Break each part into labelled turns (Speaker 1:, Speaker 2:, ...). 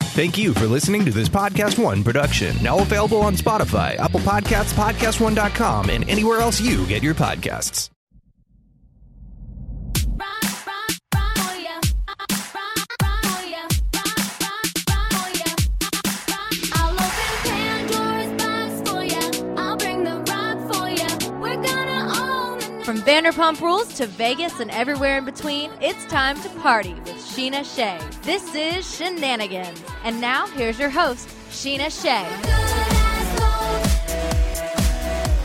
Speaker 1: Thank you for listening to this Podcast One production. Now available on Spotify, Apple Podcasts, PodcastOne.com, and anywhere else you get your podcasts.
Speaker 2: I'll open Pandora's box for ya. I'll bring the rock for ya. We're gonna own the
Speaker 3: From Vanderpump Rules to Vegas and everywhere in between, it's time to party with Sheena Shea. This is Shenanigans. And now, here's your host, Sheena Shea.
Speaker 2: good as gold.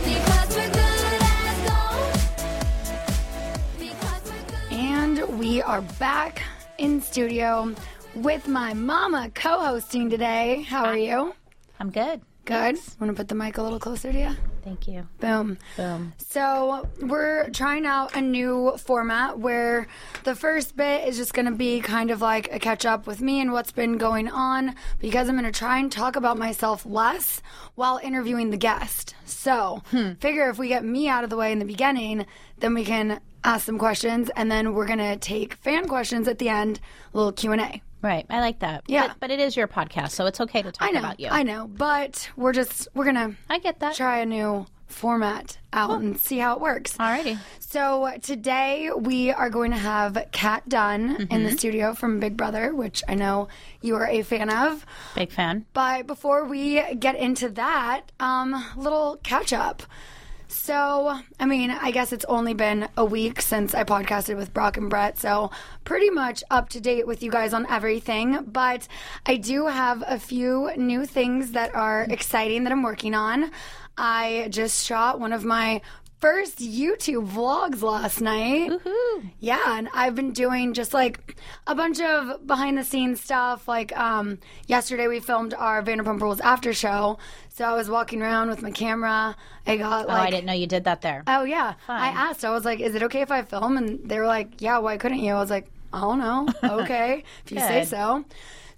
Speaker 2: Because we're good as gold. Because we're good.
Speaker 4: And we are back in studio with my mama co hosting today. How are you?
Speaker 5: I'm good.
Speaker 4: Good. Want to put the mic a little closer to you?
Speaker 5: Thank you.
Speaker 4: Boom. Um,
Speaker 5: Boom.
Speaker 4: So, we're trying out a new format where the first bit is just going to be kind of like a catch up with me and what's been going on because I'm going to try and talk about myself less while interviewing the guest. So,
Speaker 5: Hmm.
Speaker 4: figure if we get me out of the way in the beginning, then we can ask some questions and then we're going to take fan questions at the end, a little Q&A.
Speaker 5: Right. I like that.
Speaker 4: Yeah.
Speaker 5: But, but it is your podcast, so it's okay to talk
Speaker 4: I know.
Speaker 5: about you.
Speaker 4: I know, but we're just we're going to
Speaker 5: I get that.
Speaker 4: try a new format out and see how it works.
Speaker 5: Alrighty.
Speaker 4: So today we are going to have Kat Dunn in the studio from Big Brother, which I know you are a fan of.
Speaker 5: Big fan.
Speaker 4: But before we get into that, um, little catch up. So, I mean, I guess it's only been a week since I podcasted with Brock and Brett, so pretty much up to date with you guys on everything. But I do have a few new things that are exciting that I'm working on. I just shot one of my first YouTube vlogs last night. Yeah, and I've been doing just like a bunch of behind the scenes stuff. Like um, yesterday, we filmed our Vanderpump Rules after show, so I was walking around with my camera. I got
Speaker 5: oh,
Speaker 4: like,
Speaker 5: I didn't know you did that there.
Speaker 4: oh yeah, I asked. I was like, "Is it okay if I film?" And they were like, "Yeah, why couldn't you?" I was like, "I don't know. Okay, if you say
Speaker 5: Good.
Speaker 4: so."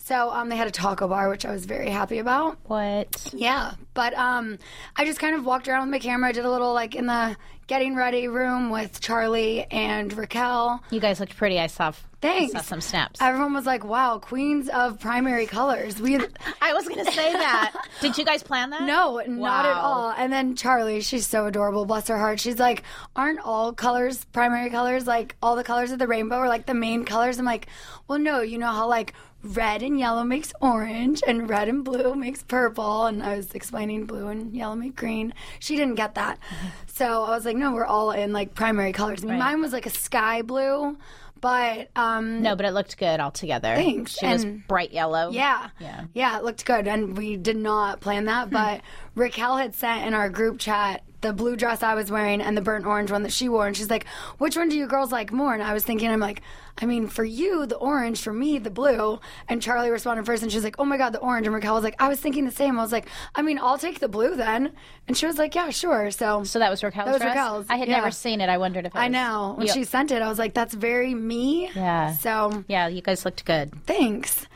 Speaker 4: So um, they had a taco bar, which I was very happy about.
Speaker 5: what?
Speaker 4: Yeah, but um, I just kind of walked around with my camera. I did a little like in the getting ready room with Charlie and Raquel.
Speaker 5: You guys looked pretty. I saw. f-
Speaker 4: Thanks.
Speaker 5: I saw some snaps.
Speaker 4: Everyone was like, "Wow, queens of primary colors." We
Speaker 5: I was gonna say that. did you guys plan that?
Speaker 4: no, not at
Speaker 5: Wow.
Speaker 4: all. And then Charlie, she's so adorable. Bless her heart. She's like, "Aren't all colors primary colors? Like all the colors of the rainbow are like the main colors?" I'm like, "Well, no. You know how like red and yellow makes orange, and red and blue makes purple." And I was explaining blue and yellow make green. She didn't get that, so I was like, "No, we're all in like primary colors." I mean, Mine was like a sky blue, but um,
Speaker 5: No, but it looked good all together.
Speaker 4: Thanks,
Speaker 5: She was
Speaker 4: and-
Speaker 5: bright yellow.
Speaker 4: Yeah.
Speaker 5: Yeah. Hmm.
Speaker 4: Yeah, it looked good. And we did not plan that, but Raquel had sent in our group chat the blue dress I was wearing and the burnt orange one that she wore. And she's like, which one do you girls like more? And I was thinking, I'm like, I mean, for you, the orange, for me, the blue. And Charlie responded first and she was like, oh my God, the orange. And Raquel was like, I was thinking the same. I was like, I mean, I'll take the blue then. And she was like, yeah, sure. So,
Speaker 5: So that was Raquel's
Speaker 4: That was
Speaker 5: dress?
Speaker 4: Raquel's,
Speaker 5: I had
Speaker 4: yeah.
Speaker 5: never seen it. I wondered if it
Speaker 4: I
Speaker 5: was-
Speaker 4: know. When
Speaker 5: Yeah.
Speaker 4: she sent it, I was like, that's very me.
Speaker 5: Yeah.
Speaker 4: So,
Speaker 5: Yeah, you guys looked good.
Speaker 4: Thanks.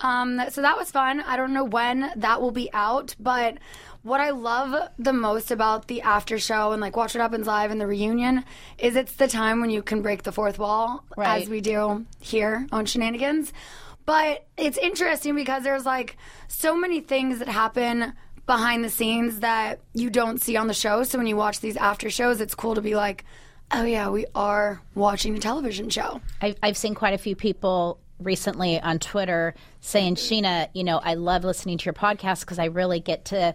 Speaker 4: Um, so that was fun. I don't know when that will be out, but what I love the most about the after show and like Watch What Happens Live and the reunion is it's the time when you can break the fourth wall,
Speaker 5: Right.
Speaker 4: as we do here on Shenanigans. But it's interesting because there's like so many things that happen behind the scenes that you don't see on the show. So when you watch these after shows, it's cool to be like, oh yeah, we are watching a television show.
Speaker 5: I've, I've seen quite a few people recently on Twitter saying, Sheena, you know, I love listening to your podcast because I really get to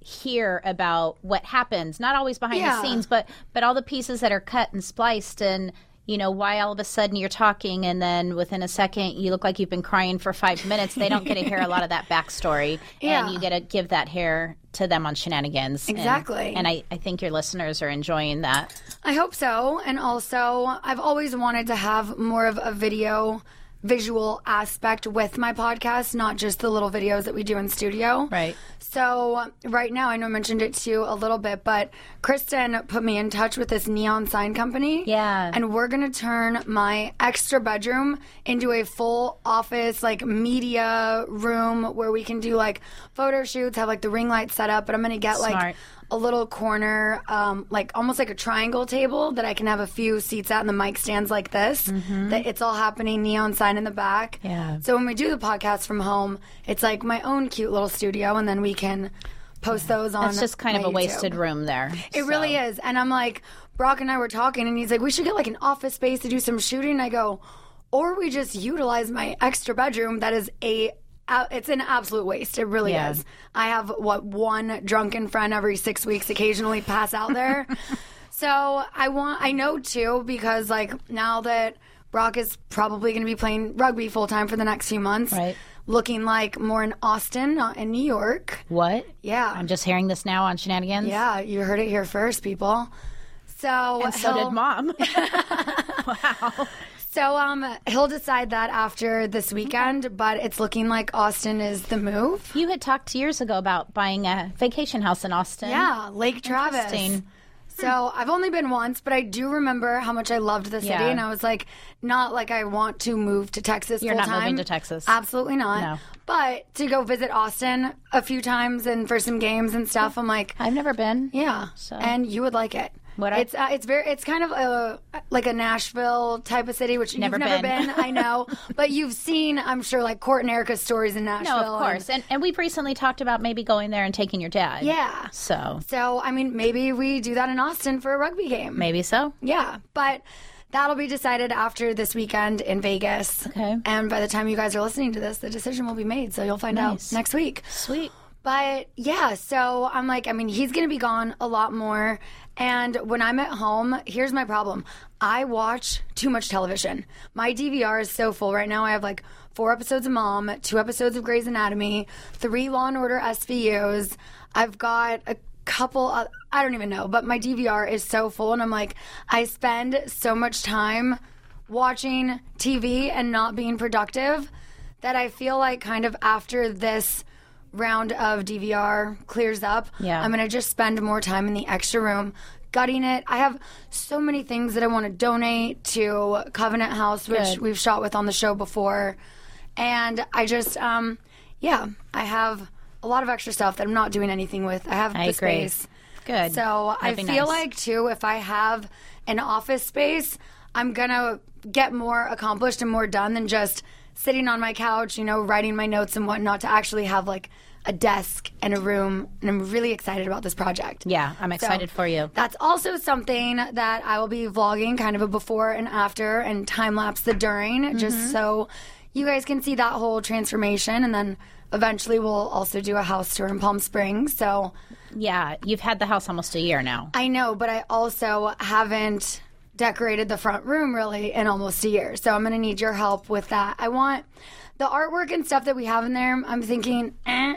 Speaker 5: hear about what happens, not always behind
Speaker 4: Yeah.
Speaker 5: the scenes, but but all the pieces that are cut and spliced and you know why all of a sudden you're talking and then within a second you look like you've been crying for five minutes they don't get to hear a lot of that backstory
Speaker 4: Yeah.
Speaker 5: and you get to give that hair to them on shenanigans And-
Speaker 4: Exactly.
Speaker 5: and, I, I think your listeners are enjoying that
Speaker 4: I hope so. And also, I've always wanted to have more of a video visual aspect with my podcast, not just the little videos that we do in studio.
Speaker 5: Right.
Speaker 4: So, right now, I know I mentioned it to you a little bit, but Kristen put me in touch with this neon sign company.
Speaker 5: Yeah.
Speaker 4: And we're going to turn my extra bedroom into a full office, like media room where we can do like photo shoots, have like the ring light set up, but I'm going to get
Speaker 5: Smart.
Speaker 4: like a little corner, um, like almost like a triangle table that I can have a few seats at, and the mic stands like this. That it's all happening neon sign in the back.
Speaker 5: Mm-hmm. Yeah.
Speaker 4: So when we do the podcast from home, it's like my own cute little studio, and then we can post those on.
Speaker 5: it's just kind of
Speaker 4: my
Speaker 5: a wasted
Speaker 4: YouTube.
Speaker 5: room there
Speaker 4: It really is, and I'm like Brock and I were talking, and he's like, "We should get like an office space to do some shooting." I go, "Or we just utilize my extra bedroom. That is a." a- It's an absolute waste. It really
Speaker 5: Yeah.
Speaker 4: is. I have what one drunken friend every six weeks occasionally pass out there. so I want, I know too, because like now that Brock is probably going to be playing rugby full time for the next few months,
Speaker 5: Right.
Speaker 4: looking like more in Austin, not in New York.
Speaker 5: what
Speaker 4: Yeah.
Speaker 5: i'm just hearing this now on shenanigans
Speaker 4: Yeah, you heard it here first, people. So
Speaker 5: and so
Speaker 4: he'll-
Speaker 5: did mom
Speaker 4: So um, he'll decide that after this weekend, but it's looking like Austin is the move.
Speaker 5: you had talked years ago about buying a vacation house in austin
Speaker 4: Yeah, Lake Travis.
Speaker 5: Interesting. Hmm.
Speaker 4: So I've only been once, but I do remember how much I loved the city,
Speaker 5: Yeah.
Speaker 4: and I was like, not like I want to move to Texas.
Speaker 5: You're
Speaker 4: full
Speaker 5: not moving
Speaker 4: time.
Speaker 5: to Texas.
Speaker 4: Absolutely not.
Speaker 5: No.
Speaker 4: But to go visit Austin a few times and for some games and stuff, I'm like,
Speaker 5: i've never been
Speaker 4: Yeah, and you would like it.
Speaker 5: Would I?
Speaker 4: it's uh, it's very it's kind of a like a Nashville type of city, which
Speaker 5: Never
Speaker 4: you've never
Speaker 5: been.
Speaker 4: been. I know, but you've seen, I'm sure, like Court and Erica's stories in Nashville.
Speaker 5: no of course
Speaker 4: and-
Speaker 5: and, and we've recently talked about maybe going there and taking your dad
Speaker 4: yeah.
Speaker 5: so
Speaker 4: So I mean, maybe we do that in Austin for a rugby game.
Speaker 5: maybe so
Speaker 4: Yeah, but that'll be decided after this weekend in Vegas.
Speaker 5: Okay.
Speaker 4: And by the time you guys are listening to this, the decision will be made. So you'll find out next week.
Speaker 5: sweet
Speaker 4: But yeah, so I'm like, I mean, he's going to be gone a lot more. And when I'm at home, here's my problem I watch too much television. My DVR is so full. Right now, I have like four episodes of Mom, two episodes of Grey's Anatomy, three Law and Order SVUs. I've got a couple of, I don't even know, but my DVR is so full. And I'm like, I spend so much time watching TV and not being productive that I feel like kind of after this round of DVR clears up,
Speaker 5: Yeah.
Speaker 4: I'm going to just spend more time in the extra room gutting it. I have so many things that I want to donate to Covenant House, which
Speaker 5: Good.
Speaker 4: we've shot with on the show before. And I just, um, yeah, I have a lot of extra stuff that I'm not doing anything with. I have
Speaker 5: I
Speaker 4: the
Speaker 5: agree.
Speaker 4: space.
Speaker 5: good
Speaker 4: So I
Speaker 5: That'd be
Speaker 4: feel
Speaker 5: nice.
Speaker 4: like too, if I have an office space, I'm gonna get more accomplished and more done than just sitting on my couch, you know, writing my notes and whatnot. To actually have like a desk and a room, and I'm really excited about this project.
Speaker 5: yeah i'm
Speaker 4: So
Speaker 5: excited for you
Speaker 4: That's also something that I will be vlogging, kind of a before and after, and time lapse the during, just so you guys can see that whole transformation. And then eventually, we'll also do a house tour in Palm Springs. So
Speaker 5: yeah you've had the house almost a year now
Speaker 4: I know, but I also haven't decorated the front room really in almost a year. So I'm going to need your help with that. I want the artwork and stuff that we have in there. I'm thinking, eh,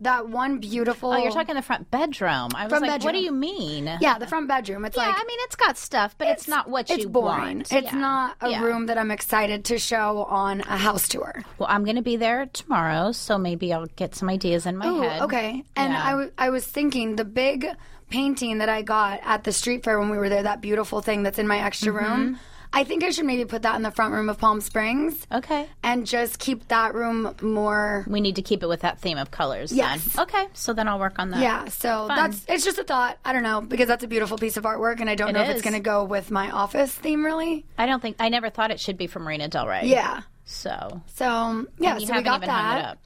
Speaker 4: that one beautiful.
Speaker 5: Oh, you're talking the front bedroom. I was
Speaker 4: Front
Speaker 5: like, what do
Speaker 4: bedroom.
Speaker 5: you mean?
Speaker 4: Yeah, the front bedroom. It's
Speaker 5: Yeah,
Speaker 4: like.
Speaker 5: I mean, it's got stuff, but it's, not what
Speaker 4: it's
Speaker 5: you
Speaker 4: boring.
Speaker 5: want.
Speaker 4: It's
Speaker 5: Yeah.
Speaker 4: not a
Speaker 5: Yeah.
Speaker 4: room that I'm excited to show on a house tour.
Speaker 5: Well, I'm going to be there tomorrow, so maybe I'll get some ideas in my
Speaker 4: Ooh,
Speaker 5: head.
Speaker 4: okay. And I, w- I was thinking the big painting that I got at the street fair when we were there, that beautiful thing that's in my extra
Speaker 5: Mm-hmm.
Speaker 4: room, I think I should maybe put that in the front room of Palm Springs
Speaker 5: Okay.
Speaker 4: and just keep that room more.
Speaker 5: We need to keep it with that theme of colors.
Speaker 4: Yes.
Speaker 5: Then. Okay. So then I'll work on that.
Speaker 4: Yeah, so that's it's just a thought. I don't know because that's a beautiful piece of artwork, and I don't know if
Speaker 5: is.
Speaker 4: it's going to go with my office theme really.
Speaker 5: I don't think I never thought it should be from Marina Del Rey.
Speaker 4: Yeah.
Speaker 5: So
Speaker 4: So yeah,
Speaker 5: you
Speaker 4: so we
Speaker 5: haven't
Speaker 4: got
Speaker 5: even
Speaker 4: that.
Speaker 5: hung it up.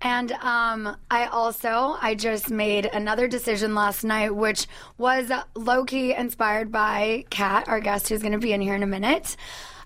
Speaker 4: And um, I also I just made another decision last night, which was low key inspired by Kat, our guest, who's going to be in here in a minute.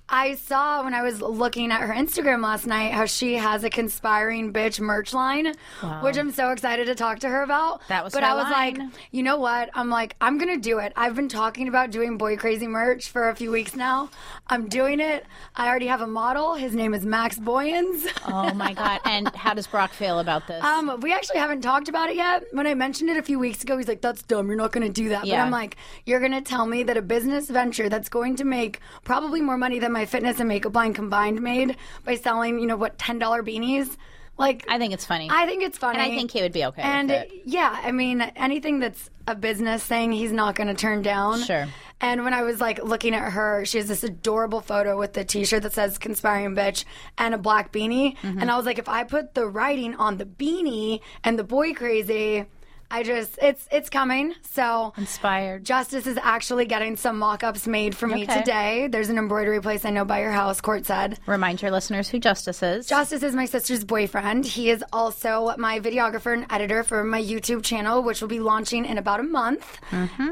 Speaker 4: I saw when I was looking at her Instagram last night how she has a conspiring bitch merch line, which I'm so excited to talk to her about.
Speaker 5: That was
Speaker 4: but
Speaker 5: her
Speaker 4: I was
Speaker 5: line.
Speaker 4: like, you know what? I'm like, I'm gonna do it. I've been talking about doing boy crazy merch for a few weeks now. I'm doing it. I already have a model. His name is Max Boyens.
Speaker 5: Oh my god! And how does Brock feel about this?
Speaker 4: Um, we actually haven't talked about it yet. When I mentioned it a few weeks ago, he's like, "That's dumb. You're not going to do that." But
Speaker 5: Yeah.
Speaker 4: I'm like, "You're going to tell me that a business venture that's going to make probably more money than my fitness and makeup line combined made by selling, you know, what ten dollar beanies?" Like,
Speaker 5: I think it's funny.
Speaker 4: I think it's funny,
Speaker 5: and I think he would be okay.
Speaker 4: And
Speaker 5: with it.
Speaker 4: yeah, I mean, anything that's a business thing, he's not going to turn down.
Speaker 5: Sure.
Speaker 4: And when I was like looking at her, she has this adorable photo with the T-shirt that says "Conspiring Bitch" and a black beanie.
Speaker 5: Mm-hmm.
Speaker 4: And I was like, if I put the writing on the beanie and the boy crazy, I just it's it's coming. So
Speaker 5: Inspired.
Speaker 4: Justice is actually getting some mock-ups made for me
Speaker 5: Okay.
Speaker 4: today. There's an embroidery place I know by your house. Court said.
Speaker 5: Remind your listeners who Justice is.
Speaker 4: Justice is my sister's boyfriend. He is also my videographer and editor for my YouTube channel, which will be launching in about a month.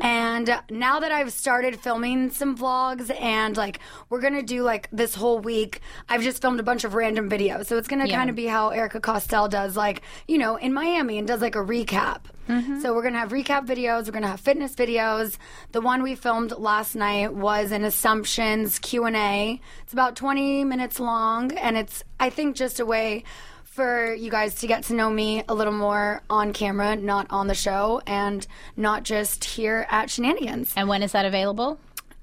Speaker 4: And now that I've started filming some vlogs and like we're gonna do like this whole week, I've just filmed a bunch of random videos. So it's gonna kind of be how Erica Costell does, like, you know, in Miami and does like a recap.
Speaker 5: Mm-hmm.
Speaker 4: So we're gonna have recap videos. We're gonna have fitness videos. The one we filmed last night was an assumptions Q and A. It's about 20 minutes long, and it's I think just a way for you guys to get to know me a little more on camera, not on the show, and not just here at Shenanigans.
Speaker 5: and when is that available?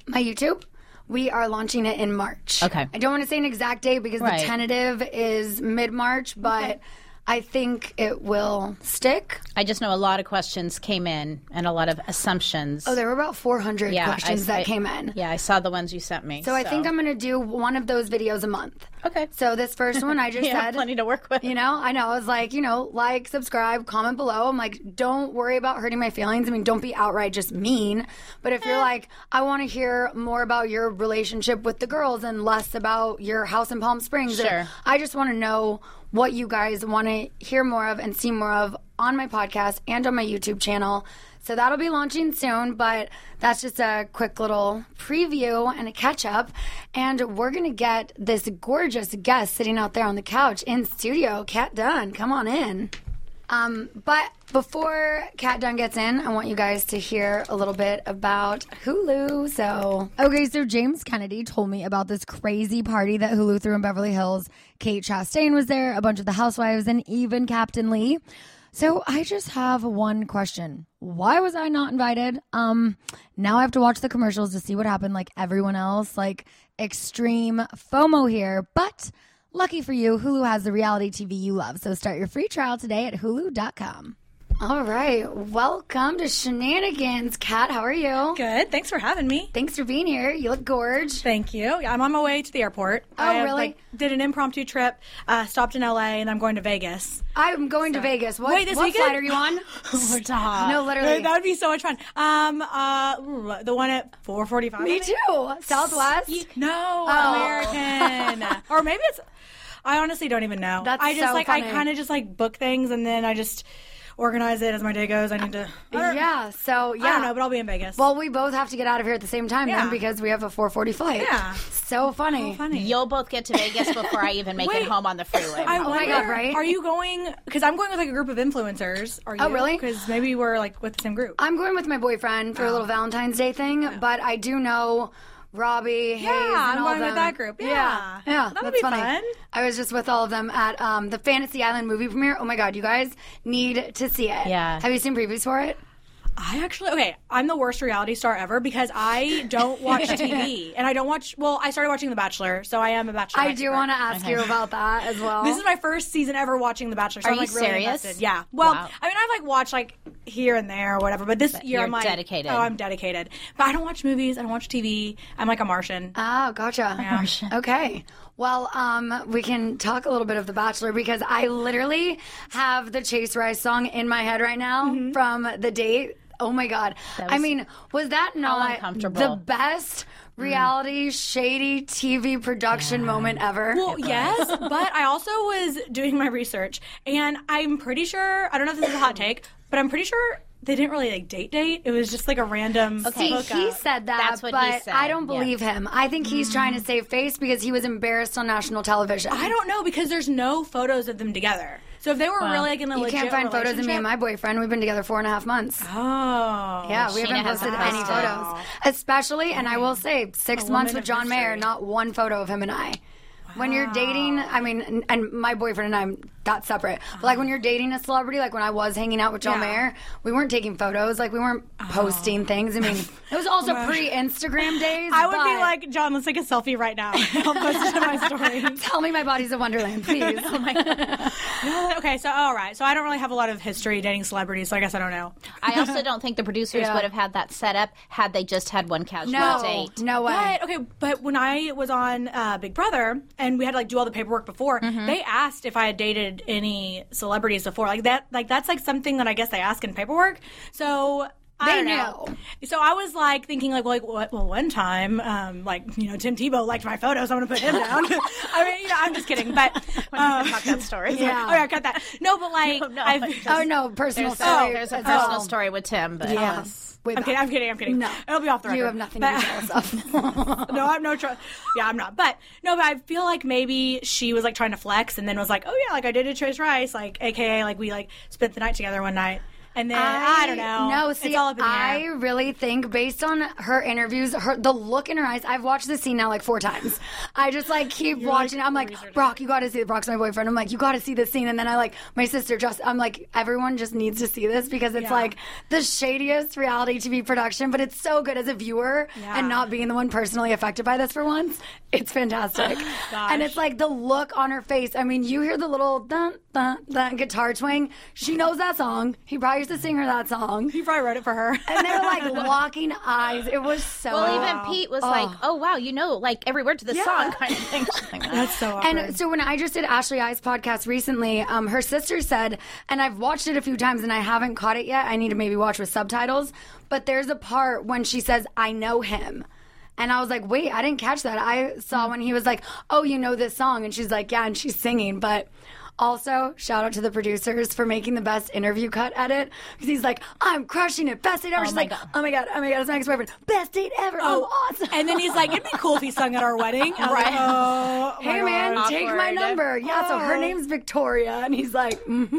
Speaker 4: My YouTube. We are launching it in March.
Speaker 5: Okay.
Speaker 4: I don't want to say an exact date because
Speaker 5: Right.
Speaker 4: the tentative is mid March, but I think it will stick.
Speaker 5: I just know a lot of questions came in and a lot of assumptions.
Speaker 4: Oh, there were about 400
Speaker 5: Yeah, I-
Speaker 4: questions that
Speaker 5: I-
Speaker 4: came in.
Speaker 5: Yeah, I saw the ones you sent me.
Speaker 4: So I think I'm going to do one of those videos a month.
Speaker 5: okay.
Speaker 4: So this first one I just
Speaker 5: You have
Speaker 4: said
Speaker 5: plenty to work with.
Speaker 4: You know, I know. I was like, you know, like, subscribe, comment below. I'm like, don't worry about hurting my feelings. I mean, don't be outright just mean. But if
Speaker 5: Eh.
Speaker 4: you're like, I want to hear more about your relationship with the girls and less about your house in Palm Springs, or
Speaker 5: Sure.
Speaker 4: I just want to know what you guys want to hear more of and see more of on my podcast and on my YouTube channel. So that'll be launching soon, but that's just a quick little preview and a catch up. And we're going to get this gorgeous guest sitting out there on the couch in studio, Kat Dunn. Come on in. Um, but before Kat Dunn gets in, I want you guys to hear a little bit about Hulu. So, okay, so James Kennedy told me about this crazy party that Hulu threw in Beverly Hills. Kate Chastain was there, a bunch of the housewives, and even Captain Lee. So, I just have one question. Why was I not invited? Um, now I have to watch the commercials to see what happened, like everyone else. Like, extreme FOMO here. But Lucky for you, Hulu has the reality TV you love. So start your free trial today at hulu.com. All right. Welcome to Shenanigans. Kat, how are you?
Speaker 6: Good. Thanks for having me.
Speaker 4: Thanks for being here. You look gorge.
Speaker 6: Thank you. Yeah, I'm on my way to the airport. Oh,
Speaker 4: really?
Speaker 6: did an impromptu trip, uh, stopped in LA, and I'm going to Vegas.
Speaker 4: I'm going to Vegas. What,
Speaker 6: Wait, this
Speaker 4: what
Speaker 6: weekend? Uh,
Speaker 4: flight are you on? Oh,
Speaker 6: Stop.
Speaker 4: No, literally.
Speaker 6: That would be so much fun. Um, uh, ooh, the one at 4:45.
Speaker 4: Me too. Oh. Southwest.
Speaker 6: No, American. or maybe it's. I honestly don't even know.
Speaker 4: That's
Speaker 6: I just
Speaker 4: so
Speaker 6: like I
Speaker 4: funny.
Speaker 6: kind of just like book things and then I just organize it as my day goes. I need to. or-
Speaker 4: Yeah. So, yeah.
Speaker 6: I don't know, but I'll be in Vegas.
Speaker 4: well, we both have to get out of here at the same time then
Speaker 6: Yeah.
Speaker 4: because we have a 440 flight.
Speaker 6: Yeah. Oh,
Speaker 4: So funny.
Speaker 6: funny.
Speaker 5: You'll both get to Vegas before I even make
Speaker 6: Wait.
Speaker 5: it home on the freeway.
Speaker 6: I wonder,
Speaker 4: oh my God, right?
Speaker 6: Are you going? Because I'm going with like a group of influencers. Are you?
Speaker 4: Oh, really?
Speaker 6: Because maybe we're like with the same group.
Speaker 4: I'm going with my boyfriend
Speaker 6: Oh.
Speaker 4: for a little Valentine's Day thing, but I do know Robbie, Hayes,
Speaker 6: Yeah,
Speaker 4: and
Speaker 6: I'm
Speaker 4: all
Speaker 6: going
Speaker 4: them.
Speaker 6: with that group. Yeah.
Speaker 4: yeah, yeah,
Speaker 6: That'll
Speaker 4: that's
Speaker 6: be
Speaker 4: funny.
Speaker 6: fun.
Speaker 4: I was just with all of them at um, the Fantasy Island movie premiere. Oh my god, you guys need to see it.
Speaker 5: Yeah.
Speaker 4: have you seen previews for it?
Speaker 6: I actually okay. I'm the worst reality star ever because I don't watch TV and I don't watch. Well, I started watching The Bachelor, so I am a Bachelor.
Speaker 4: I do want to ask you about that as well.
Speaker 6: This is my first season ever watching The Bachelor. So
Speaker 5: Are
Speaker 6: I'm
Speaker 5: you
Speaker 6: like really
Speaker 5: serious?
Speaker 6: invested. Yeah. Well,
Speaker 5: Wow.
Speaker 6: I mean, I've like watched like here and there or whatever, but this year
Speaker 5: you're
Speaker 6: I'm like
Speaker 5: dedicated.
Speaker 6: Oh, I'm dedicated. But I don't watch movies. I don't watch TV. I'm like a Martian.
Speaker 4: Oh, gotcha. Okay. Well, um, we can talk a little bit of The Bachelor because I literally have the Chase Rice song in my head right now
Speaker 5: Mm-hmm.
Speaker 4: from the date. Oh my God. I mean, was that not
Speaker 5: uncomfortable. Mm.
Speaker 4: the best reality shady TV production moment ever?
Speaker 6: Well, yes, but I also was doing my research, and I'm pretty sure I don't know if this is a hot take, but I'm pretty sure they didn't really like date date. It was just like a random
Speaker 5: Okay.
Speaker 6: hookup.
Speaker 4: See, he said that,
Speaker 5: That's what
Speaker 4: but
Speaker 5: he said,
Speaker 4: I don't
Speaker 5: yeah. Mm.
Speaker 4: believe him. I think he's trying to save face because he was embarrassed on national television.
Speaker 6: I don't know because there's no photos of them together. So if they were really like in a
Speaker 4: You
Speaker 6: legit
Speaker 4: can't find photos of me and my
Speaker 6: relationship-
Speaker 4: boyfriend. We've been together four and a half months.
Speaker 6: Oh.
Speaker 4: yeah, we
Speaker 5: Sheena
Speaker 4: haven't
Speaker 5: hasn't
Speaker 4: posted any
Speaker 5: posted.
Speaker 4: photos. Especially, and I will say, six months with John Mayer, not one photo of him and I. When you're dating, I mean, and- and my boyfriend and I'm not separate, but like when you're dating a celebrity, like when I was hanging out with John
Speaker 6: Uh-huh. Yeah. Oh.
Speaker 4: Mayer, we weren't taking photos, like we weren't posting things. I mean, it was also pre Instagram days.
Speaker 6: I would be
Speaker 4: but-
Speaker 6: like, John, let's take a selfie right now. I'll post it to my story.
Speaker 4: Tell me my body's a wonderland, please.
Speaker 6: Oh okay, so all right. So I don't really have a lot of history dating celebrities, so I guess I don't know.
Speaker 5: I also don't think the producers would have had that set up had they just had one casual
Speaker 4: no,
Speaker 5: date.
Speaker 4: no way.
Speaker 6: But okay, but when I was on uh, Big Brother and we had to like do all the paperwork before, they asked if I had dated any celebrities before. Like that, like that's like something that I guess they ask in paperwork. So. I
Speaker 4: They
Speaker 6: don't know.
Speaker 4: knew.
Speaker 6: So I was like thinking, like, well, like, what- well, one time, um, like, you know, Tim Tebow liked my photos. I'm gonna put him down. I mean, you know, I'm just kidding, but um,
Speaker 5: Fuck that story.
Speaker 6: yeah. Oh, yeah, cut that. No, but like,
Speaker 5: No,
Speaker 6: I've,
Speaker 4: Oh no, personal
Speaker 5: There's,
Speaker 4: story.
Speaker 6: Oh,
Speaker 5: a, there's a
Speaker 4: as
Speaker 5: personal
Speaker 4: well.
Speaker 5: story with Tim, but um,
Speaker 4: Yes. Way
Speaker 6: I'm
Speaker 4: back.
Speaker 6: kidding. I'm kidding. I'm kidding.
Speaker 4: No.
Speaker 6: it'll be off the record.
Speaker 4: You have nothing
Speaker 6: But-
Speaker 4: to be jealous of.
Speaker 6: no, I'm no tr Yeah, I'm not. But no, but I feel like maybe she was like trying to flex and then was like, oh yeah, like I did a Trace Rice, like AKA like we like spent the night together one night. And then I, don't know.
Speaker 4: No,
Speaker 6: It's
Speaker 4: see,
Speaker 6: all up in the
Speaker 4: I
Speaker 6: air.
Speaker 4: really think based on her interviews, her the look in her eyes. I've watched this scene now like four times. I just like keep watching. I'm like, Brock, you got to see it. Brock's my boyfriend. I'm like, you got to see this scene. And then I like my sister. Just I'm like, everyone just needs to see this because it's like the shadiest reality TV production, but it's so good as a viewer and not being the one personally affected by this for once. It's fantastic. and it's like the look on her face. I mean, you hear the little dun dun dun guitar twang. She knows that song. He probably used to sing her that song.
Speaker 6: You probably wrote it for her.
Speaker 4: And they were like locking eyes. It was so.
Speaker 5: Well, even Pete was like, "Oh wow, you know, like every word to the song," kind of thing. Something like that.
Speaker 6: That's so awkward.
Speaker 4: And so when I just did Ashley I's podcast recently, um, her sister said, and I've watched it a few times and I haven't caught it yet. I need to maybe watch with subtitles. But there's a part when she says, "I know him," and I was like, "Wait, I didn't catch that." I saw when he was like, "Oh, you know this song," and she's like, "Yeah," and she's singing, but. Also, shout out to the producers for making the best interview cut edit because he's like, "I'm crushing it, best date ever." She's like, "Oh my god, oh my god, it's my ex-boyfriend, best date ever, oh awesome!"
Speaker 6: and then he's like, it'd be cool if he sung at our wedding. I'm like,
Speaker 5: Right.
Speaker 6: oh, my
Speaker 4: Hey
Speaker 6: God.
Speaker 4: man, take my
Speaker 5: Awkward.
Speaker 4: number. Yeah, so
Speaker 6: Oh.
Speaker 4: her name's Victoria, and he's like, mm-hmm.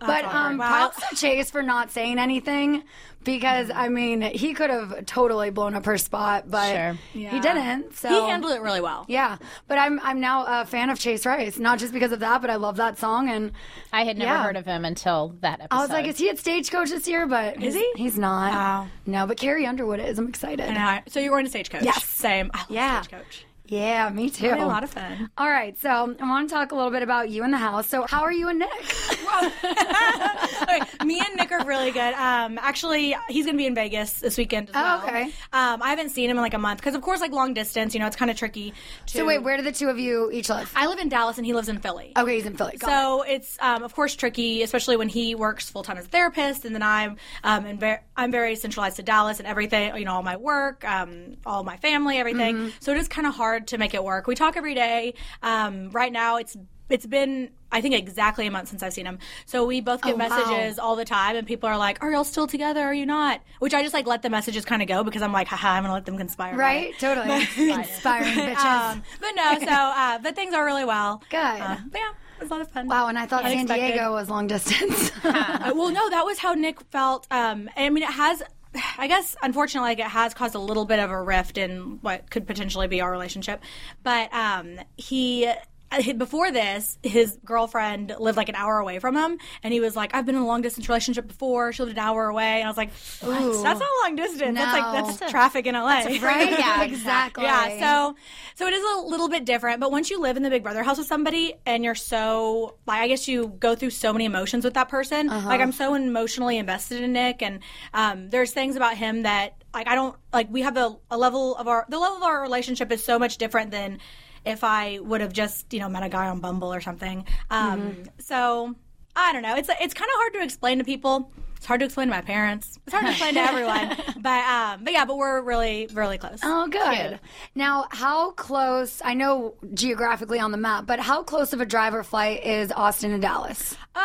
Speaker 4: But um, props to Chase for not saying anything because I mean he could have totally blown up her spot, but
Speaker 5: Sure.
Speaker 4: he didn't. So
Speaker 6: He handled it really well.
Speaker 4: Yeah, but I'm I'm now a fan of Chase Rice, not just because of that, but I love that song, and
Speaker 5: I had never
Speaker 4: Yeah.
Speaker 5: heard of him until that episode.
Speaker 4: I was like, is he at Stagecoach this year? But is
Speaker 6: he?
Speaker 4: He's not. No, but Carrie Underwood is. I'm excited.
Speaker 6: And I- so you were in a stagecoach.
Speaker 4: Yes.
Speaker 6: Same. I love
Speaker 4: Yeah.
Speaker 6: stagecoach.
Speaker 4: Yeah, me too.
Speaker 6: It'd be a lot of fun.
Speaker 4: All right, so I want to talk a little bit about you and the house. So how are you and Nick?
Speaker 6: Okay, me and Nick are really good. Um, actually, he's gonna be in Vegas this weekend. As
Speaker 4: Oh,
Speaker 6: well.
Speaker 4: okay.
Speaker 6: Um, I haven't seen him in like a month because, of course, like long distance, you know, it's kind of tricky. To...
Speaker 4: So wait, where do the two of you each live?
Speaker 6: I live in Dallas and he lives in Philly.
Speaker 4: okay, he's in Philly. Got it.
Speaker 6: So it's um, of course tricky, especially when he works full time as a therapist, and then I'm um, and ver- I'm very centralized to Dallas and everything. You know, all my work, um, all my family, everything.
Speaker 4: Mm-hmm.
Speaker 6: So it is kind of hard to make it work. We talk every day. Um, right now, it's it's been I think exactly a month since I've seen him. So we both
Speaker 4: Oh,
Speaker 6: get messages all the time, and people are like, "Are y'all still together? Are you not?" Which I just like let the messages kind of go because I'm like, "Haha, I'm gonna let them conspire." about it."
Speaker 4: right, totally inspiring bitches.
Speaker 6: Um, but no, so uh, but things are really well.
Speaker 4: Good.
Speaker 6: Uh, but yeah, it was a lot of fun.
Speaker 4: wow, and I thought San
Speaker 6: Unexpected.
Speaker 4: Diego was long distance.
Speaker 6: Uh, well, no, that was how Nick felt. Um, I mean, it has. I guess, unfortunately, like it has caused a little bit of a rift in what could potentially be our relationship. But um, he, uh, he- before this, his girlfriend lived like an hour away from him, and he was like, "I've been in a long distance relationship before. She lived an hour away," and I was like, "That's not long distance. That's
Speaker 4: No.
Speaker 6: like that's traffic in LA,
Speaker 4: right? Yeah, exactly.
Speaker 6: yeah, so so it is a little bit different, but once you live in the Big Brother house with somebody and you're so like I guess you go through so many emotions with that person. Like I'm so emotionally invested in Nick and um, there's things about him that like I don't like we have a, a level of our the level of our relationship is so much different than if I would have just, you know, met a guy on Bumble or something. Um, so I don't know. It's it's kind of hard to explain to people. It's hard to explain to my parents. It's hard to explain to everyone. But um, but yeah, but we're really really close.
Speaker 4: Oh, good. Now, how close? I know geographically on the map, but how close of a drive or flight is Austin and Dallas?
Speaker 6: Uh,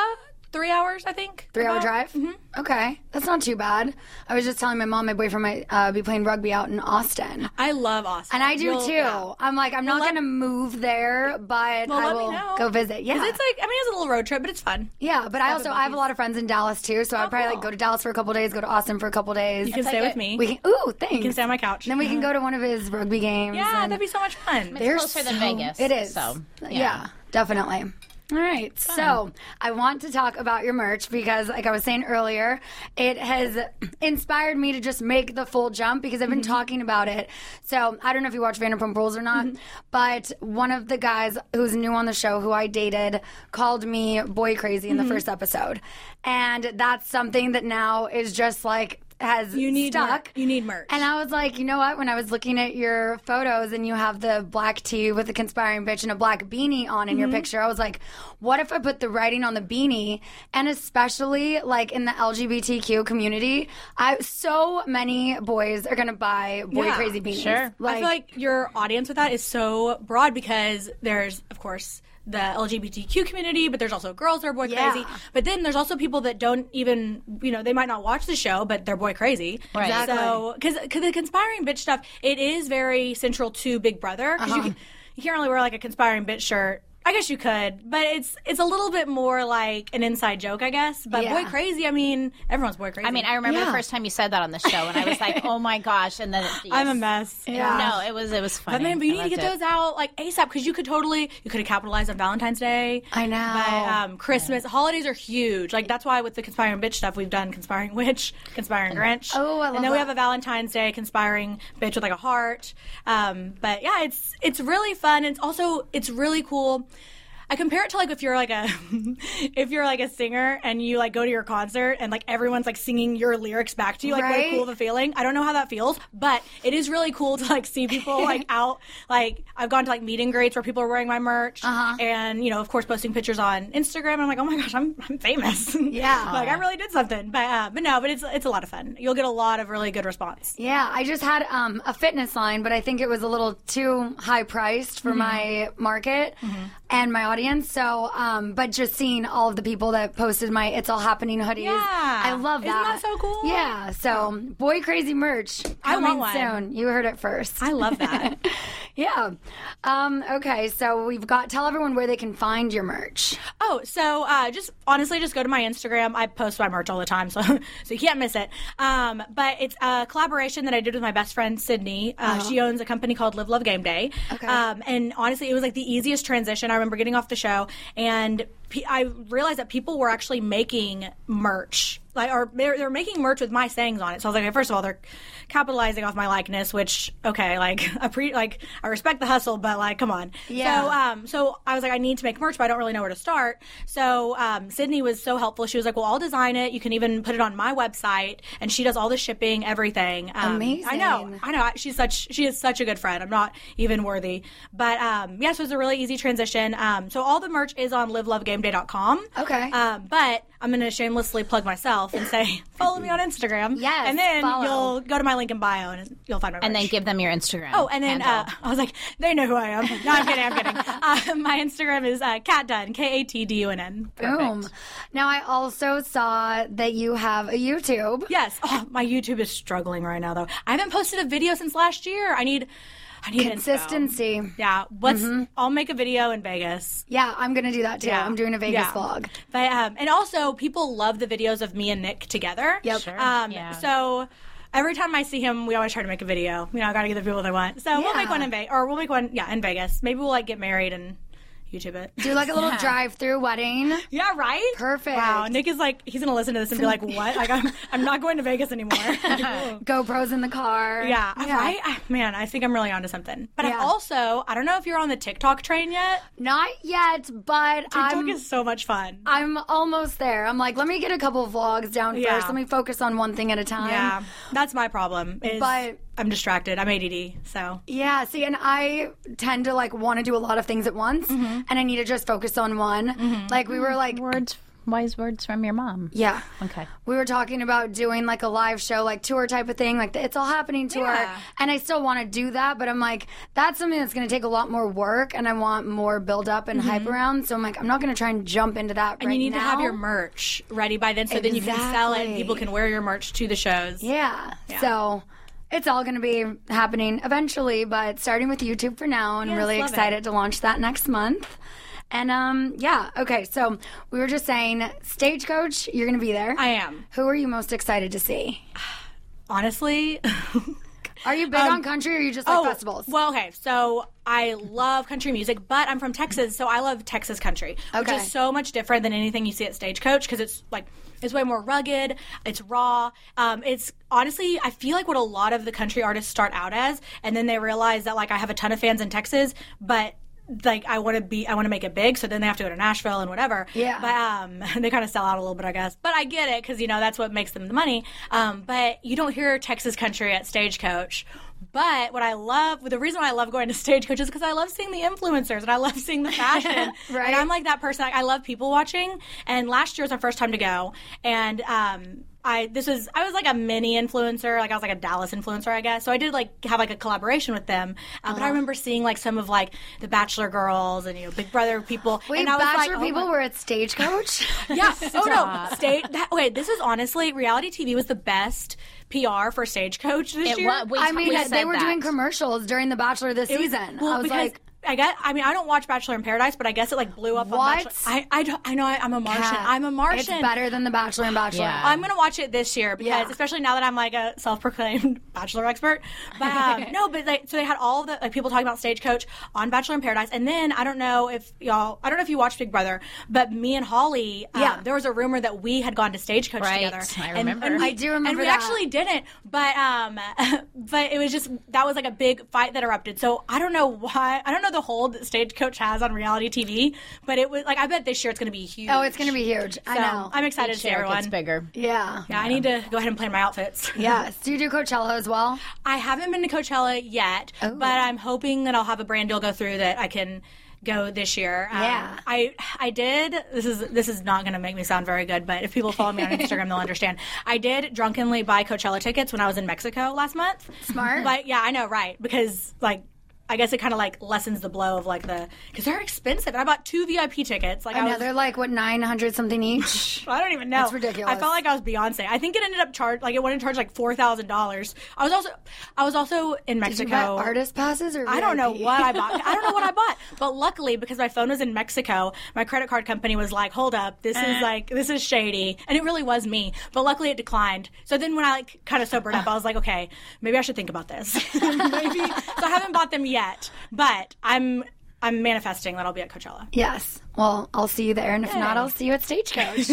Speaker 6: three hours, I think.
Speaker 4: Three hour
Speaker 6: about.
Speaker 4: drive? Mm-hmm. Okay. That's not too bad. I was just telling my mom my boyfriend might uh, be playing rugby out in Austin.
Speaker 6: I love Austin.
Speaker 4: And I do
Speaker 6: You'll-
Speaker 4: too.
Speaker 6: yeah.
Speaker 4: I'm like, I'm not going to move there, but
Speaker 6: Well,
Speaker 4: I
Speaker 6: let me
Speaker 4: will
Speaker 6: know.
Speaker 4: go visit.
Speaker 6: 'Cause
Speaker 4: Yeah.
Speaker 6: It's like, I mean, it's a little road trip, but it's fun.
Speaker 4: yeah, but I also, I have a lot of friends in Dallas too. So I'd probably like go to Dallas for a couple days, go to Austin for a couple days.
Speaker 6: Oh, You can stay with me.
Speaker 4: we can, ooh, thanks.
Speaker 6: you can stay on my couch.
Speaker 4: Then we can go to one of his rugby games.
Speaker 6: yeah,
Speaker 4: and
Speaker 6: that'd be so much fun.
Speaker 4: they're
Speaker 5: closer than
Speaker 4: so-
Speaker 5: Vegas,
Speaker 4: It is.
Speaker 5: so,
Speaker 4: yeah,
Speaker 5: yeah.
Speaker 4: definitely. All right, so I want to talk about your merch because, like I was saying earlier, it has inspired me to just make the full jump because I've been
Speaker 6: Mm-hmm.
Speaker 4: talking about it. So I don't know if you watch Vanderpump Rules or not,
Speaker 6: Mm-hmm.
Speaker 4: but one of the guys who's new on the show who I dated called me boy crazy
Speaker 6: Mm-hmm.
Speaker 4: in the first episode, and that's something that now is just like has
Speaker 6: You need
Speaker 4: stuck.
Speaker 6: mer- you need merch.
Speaker 4: And I was like, you know what? When I was looking at your photos and you have the black tee with the conspiring bitch and a black beanie on in your
Speaker 6: Mm-hmm.
Speaker 4: picture, I was like, what if I put the writing on the beanie? And especially like in the LGBTQ community, I so many boys are gonna buy boy
Speaker 6: Yeah,
Speaker 4: crazy beanies.
Speaker 5: sure.
Speaker 4: Like,
Speaker 6: I feel like your audience with that is so broad because there's, of course, the LGBTQ community, but there's also girls that are boy
Speaker 4: Yeah.
Speaker 6: crazy. But then there's also people that don't even, you know, they might not watch the show, but they're boy crazy. Right.
Speaker 4: Exactly.
Speaker 6: So, because the conspiring bitch stuff, it is very central to Big Brother. 'Cause You, can, you can't really wear like a conspiring bitch shirt. I guess you could, but it's it's a little bit more like an inside joke, I guess. But
Speaker 4: Yeah.
Speaker 6: boy crazy, I mean, everyone's boy crazy.
Speaker 5: I mean, I remember
Speaker 4: Yeah.
Speaker 5: the first time you said that on the show, and I was like, "Oh my gosh!" And then yes.
Speaker 6: I'm a mess.
Speaker 5: No, it was it was funny.
Speaker 6: But man, but you
Speaker 5: I
Speaker 6: need to get
Speaker 5: loved it.
Speaker 6: those out like ASAP because you could totally you could have capitalized on Valentine's Day.
Speaker 4: I know.
Speaker 6: But um, Christmas holidays are huge. Like that's why with the conspiring bitch stuff we've done conspiring witch, conspiring Grinch.
Speaker 4: Oh, I love
Speaker 6: And then we
Speaker 4: that.
Speaker 6: have a Valentine's Day conspiring bitch with like a heart. Um, but yeah, it's it's really fun. It's also it's really cool. I compare it to like if you're like a if you're like a singer and you like go to your concert and like everyone's like singing your lyrics back to you like
Speaker 4: Right?
Speaker 6: what a cool the feeling. I don't know how that feels, but it is really cool to like see people like out. Like I've gone to like meet and greets where people are wearing my merch, and you know, of course, posting pictures on Instagram. And I'm like, oh my gosh, I'm I'm famous.
Speaker 4: Yeah.
Speaker 6: like I really did something. But uh, but no, but it's it's a lot of fun. You'll get a lot of really good response.
Speaker 4: Yeah, I just had um, a fitness line, but I think it was a little too high priced
Speaker 6: Mm-hmm.
Speaker 4: for my market and my audience. So, um, but just seeing all of the people that posted my "It's All Happening" hoodies,
Speaker 6: Yeah.
Speaker 4: I love that.
Speaker 6: Isn't that so cool?
Speaker 4: Yeah. So, boy, crazy merch
Speaker 6: I
Speaker 4: coming
Speaker 6: want one.
Speaker 4: soon. You heard it first.
Speaker 6: I love that.
Speaker 4: yeah. Um, okay, so we've got tell everyone where they can find your merch.
Speaker 6: Oh, so uh, just honestly, just go to my Instagram. I post my merch all the time, so so you can't miss it. Um, but it's a collaboration that I did with my best friend Sydney. Uh, She owns a company called Live Love Game Day.
Speaker 4: Uh-huh. Okay.
Speaker 6: Um, and honestly, it was like the easiest transition. I remember getting off the show, and pe- I realized that people were actually making merch. Like, or they're, they're making merch with my sayings on it. So I was like, okay, first of all, they're capitalizing off my likeness, which okay, like I pre- like I respect the hustle, but like, come on.
Speaker 4: Yeah.
Speaker 6: So um, so I was like, I need to make merch, but I don't really know where to start. So um, Sydney was so helpful. She was like, Well, I'll design it. You can even put it on my website, and she does all the shipping, everything. Um, I know,
Speaker 4: Amazing.
Speaker 6: I know. I- She's such she is such a good friend. I'm not even worthy, but um, yeah, so it's a really easy transition. Um, so all the merch is on livelovegameday.com.
Speaker 4: Okay.
Speaker 6: Um, but I'm going to shamelessly plug myself and say, follow me on Instagram.
Speaker 4: Yes,
Speaker 6: And then
Speaker 4: follow.
Speaker 6: you'll go to my link in bio and you'll find my merch.
Speaker 5: and then give them your Instagram.
Speaker 6: Oh, and then uh, I was like, they know who I am. No, I'm kidding. I'm kidding. Uh, my Instagram is uh, Kat Dunn, K A T D U N N.
Speaker 4: Boom. Now, I also saw that you have a YouTube.
Speaker 6: Yes. Oh, my YouTube is struggling right now, though. I haven't posted a video since last year. I need, I need inspo.
Speaker 4: Consistency. Mm-hmm.
Speaker 6: Yeah. What's? I'll make a video in Vegas.
Speaker 4: Yeah, I'm gonna do that too.
Speaker 6: Yeah.
Speaker 4: I'm doing a Vegas
Speaker 6: Yeah.
Speaker 4: vlog.
Speaker 6: But um, and also people love the videos of me and Nick together.
Speaker 4: Yep. Sure.
Speaker 6: Um,
Speaker 5: Yeah.
Speaker 6: So. Every time I see him, we always try to make a video. You know, I gotta give the people what they want. So we'll make
Speaker 4: Yeah.
Speaker 6: one in Vegas, or we'll make one, yeah, in Vegas. Maybe we'll like get married and YouTube it.
Speaker 4: Do like a little drive-through wedding.
Speaker 6: Yeah, right?
Speaker 4: Perfect.
Speaker 6: Wow, Nick is like, he's going to listen to this and be like, what? Like, I'm, I'm not going to Vegas anymore. yeah,
Speaker 4: GoPros in the car.
Speaker 6: right? I- Man, I think I'm really onto something. But
Speaker 4: Yeah.
Speaker 6: I've also, I don't know if you're on the TikTok train yet.
Speaker 4: Not yet, but
Speaker 6: TikTok
Speaker 4: I'm
Speaker 6: is so much fun.
Speaker 4: I'm almost there. I'm like, let me get a couple vlogs down
Speaker 6: Yeah.
Speaker 4: first. Let me focus on one thing at a time.
Speaker 6: yeah, that's my problem. Is
Speaker 4: But-
Speaker 6: I'm distracted. I'm ADD, so
Speaker 4: Yeah, see, and I tend
Speaker 6: Mm-hmm.
Speaker 4: to like want to do a lot of things at once, and I need to just focus on one. Like we were like
Speaker 5: Words Wise words from your mom.
Speaker 4: Yeah.
Speaker 5: Okay.
Speaker 4: We were talking about doing like a live show, like tour type of thing, like the It's All Happening tour. And I still want to do that, but I'm like, that's something that's going to take a lot more work and I want more build up and hype around. So I'm like, I'm not going to try and jump into that
Speaker 6: Mm-hmm. And
Speaker 4: right
Speaker 6: you need to have
Speaker 4: now.
Speaker 6: your merch ready by then, so then you can sell it. and People can wear your merch to the shows.
Speaker 4: Yeah. So it's all going to be happening eventually, but starting with YouTube for now, and really
Speaker 6: love it.
Speaker 4: excited to launch that next month. And um, yeah, okay. So we were just saying, Stagecoach, you're going to be there.
Speaker 6: I am
Speaker 4: Who are you most excited to see?
Speaker 6: honestly.
Speaker 4: Are you big on country, or are you just like festivals?
Speaker 6: Um, oh, Well, okay. So I love country music, but I'm from Texas, so I love Texas country,
Speaker 4: Okay.
Speaker 6: which is so much different than anything you see at Stagecoach because it's like it's way more rugged, it's raw. Um, it's honestly, I feel like what a lot of the country artists start out as, and then they realize that like I have a ton of fans in Texas, but like I want to be, I want to make it big, so then they have to go to Nashville and whatever.
Speaker 4: Yeah.
Speaker 6: But um, they kind of sell out a little bit, I guess. But I get it because you know that's what makes them the money. Um, but you don't hear Texas country at Stagecoach. But what I love, the reason why I love going to Stagecoach is because I love seeing the influencers and I love seeing the fashion.
Speaker 4: Right.
Speaker 6: And I'm like that person. Like, I love people watching. And last year was my first time to go, and um. I this was I was like a mini influencer like I was like a Dallas influencer I guess so I did like have like a collaboration with them um,
Speaker 4: Uh-huh.
Speaker 6: but I remember seeing like some of like the Bachelor girls and you know Big Brother people
Speaker 4: Wait,
Speaker 6: and I was like,
Speaker 4: Bachelor
Speaker 6: oh my
Speaker 4: people were at Stagecoach?
Speaker 6: yeah. Oh no. Stage. That, wait. This is honestly reality TV was the best PR for Stagecoach this
Speaker 5: It
Speaker 6: year.
Speaker 5: wa- we-
Speaker 4: I mean,
Speaker 5: we
Speaker 4: they
Speaker 5: said
Speaker 4: were
Speaker 5: that.
Speaker 4: doing commercials during The Bachelor this
Speaker 6: It was-
Speaker 4: season.
Speaker 6: well,
Speaker 4: I was
Speaker 6: because
Speaker 4: like,
Speaker 6: I guess. I mean, I don't watch Bachelor in Paradise, but I guess it like blew up.
Speaker 4: What?
Speaker 6: on Bachelor. I I, don't, I know I, I'm a Martian.
Speaker 4: "Cat,
Speaker 6: I'm a Martian.
Speaker 4: It's better than The Bachelor and Bachelor.
Speaker 5: Yeah.
Speaker 6: I'm gonna watch it this year because,
Speaker 4: Yeah.
Speaker 6: especially now that I'm like a self-proclaimed bachelor expert. But um, no, but like, so they had all the like, people talking about Stagecoach on Bachelor in Paradise, and then I don't know if y'all, I don't know if you watched Big Brother, but me and Holly, um,
Speaker 4: Yeah.
Speaker 6: there was a rumor that we had gone to Stagecoach
Speaker 5: Right.
Speaker 6: together.
Speaker 5: I
Speaker 6: And-
Speaker 5: remember.
Speaker 6: and we-
Speaker 4: I do remember
Speaker 6: and we
Speaker 4: that.
Speaker 6: actually didn't, but um, but it was just that was like a big fight that erupted. So I don't know why, I don't know the hold that Stagecoach has on reality TV, but it was like I bet this year it's gonna be huge.
Speaker 4: oh, it's going to be huge. I
Speaker 6: So,
Speaker 4: know.
Speaker 6: I'm excited to see
Speaker 5: Sure, it
Speaker 6: everyone.
Speaker 5: gets bigger.
Speaker 4: yeah.
Speaker 6: Yeah, I need to go ahead and plan my outfits.
Speaker 4: Yes. Do you do Coachella as well?
Speaker 6: I haven't been to Coachella yet,
Speaker 4: Oh.
Speaker 6: but I'm hoping that I'll have a brand deal go through that I can go this year. Um,
Speaker 4: Yeah.
Speaker 6: I I did. This is this is not going to make me sound very good, but if people follow me on Instagram, they'll understand. I did drunkenly buy Coachella tickets when I was in Mexico last month.
Speaker 4: Smart.
Speaker 6: But yeah, I know, right? Because like. I guess it kind of like lessens the blow of like the because they're expensive. And I bought two VIP tickets. Like I was,
Speaker 4: Another like what nine hundred something each.
Speaker 6: I don't even know. That's
Speaker 4: ridiculous.
Speaker 6: I felt like I was Beyonce. I think it ended up charge like it went and charged like four thousand dollars. I was also I was also in
Speaker 4: Did you
Speaker 6: Mexico.
Speaker 4: buy artist passes or
Speaker 6: I don't know
Speaker 4: VIP?
Speaker 6: what I bought. I don't know what I bought. But luckily, because my phone was in Mexico, my credit card company was like, "Hold up, this
Speaker 4: Uh.
Speaker 6: is like this is shady," and it really was me. But luckily, it declined. So then, when I like kind of sobered up, I was like, "Okay, maybe I should think about this." maybe. So I haven't bought them yet, but I'm I'm manifesting that I'll be at Coachella.
Speaker 4: Yes. Well, I'll see you there, and if not, I'll see you at Stagecoach.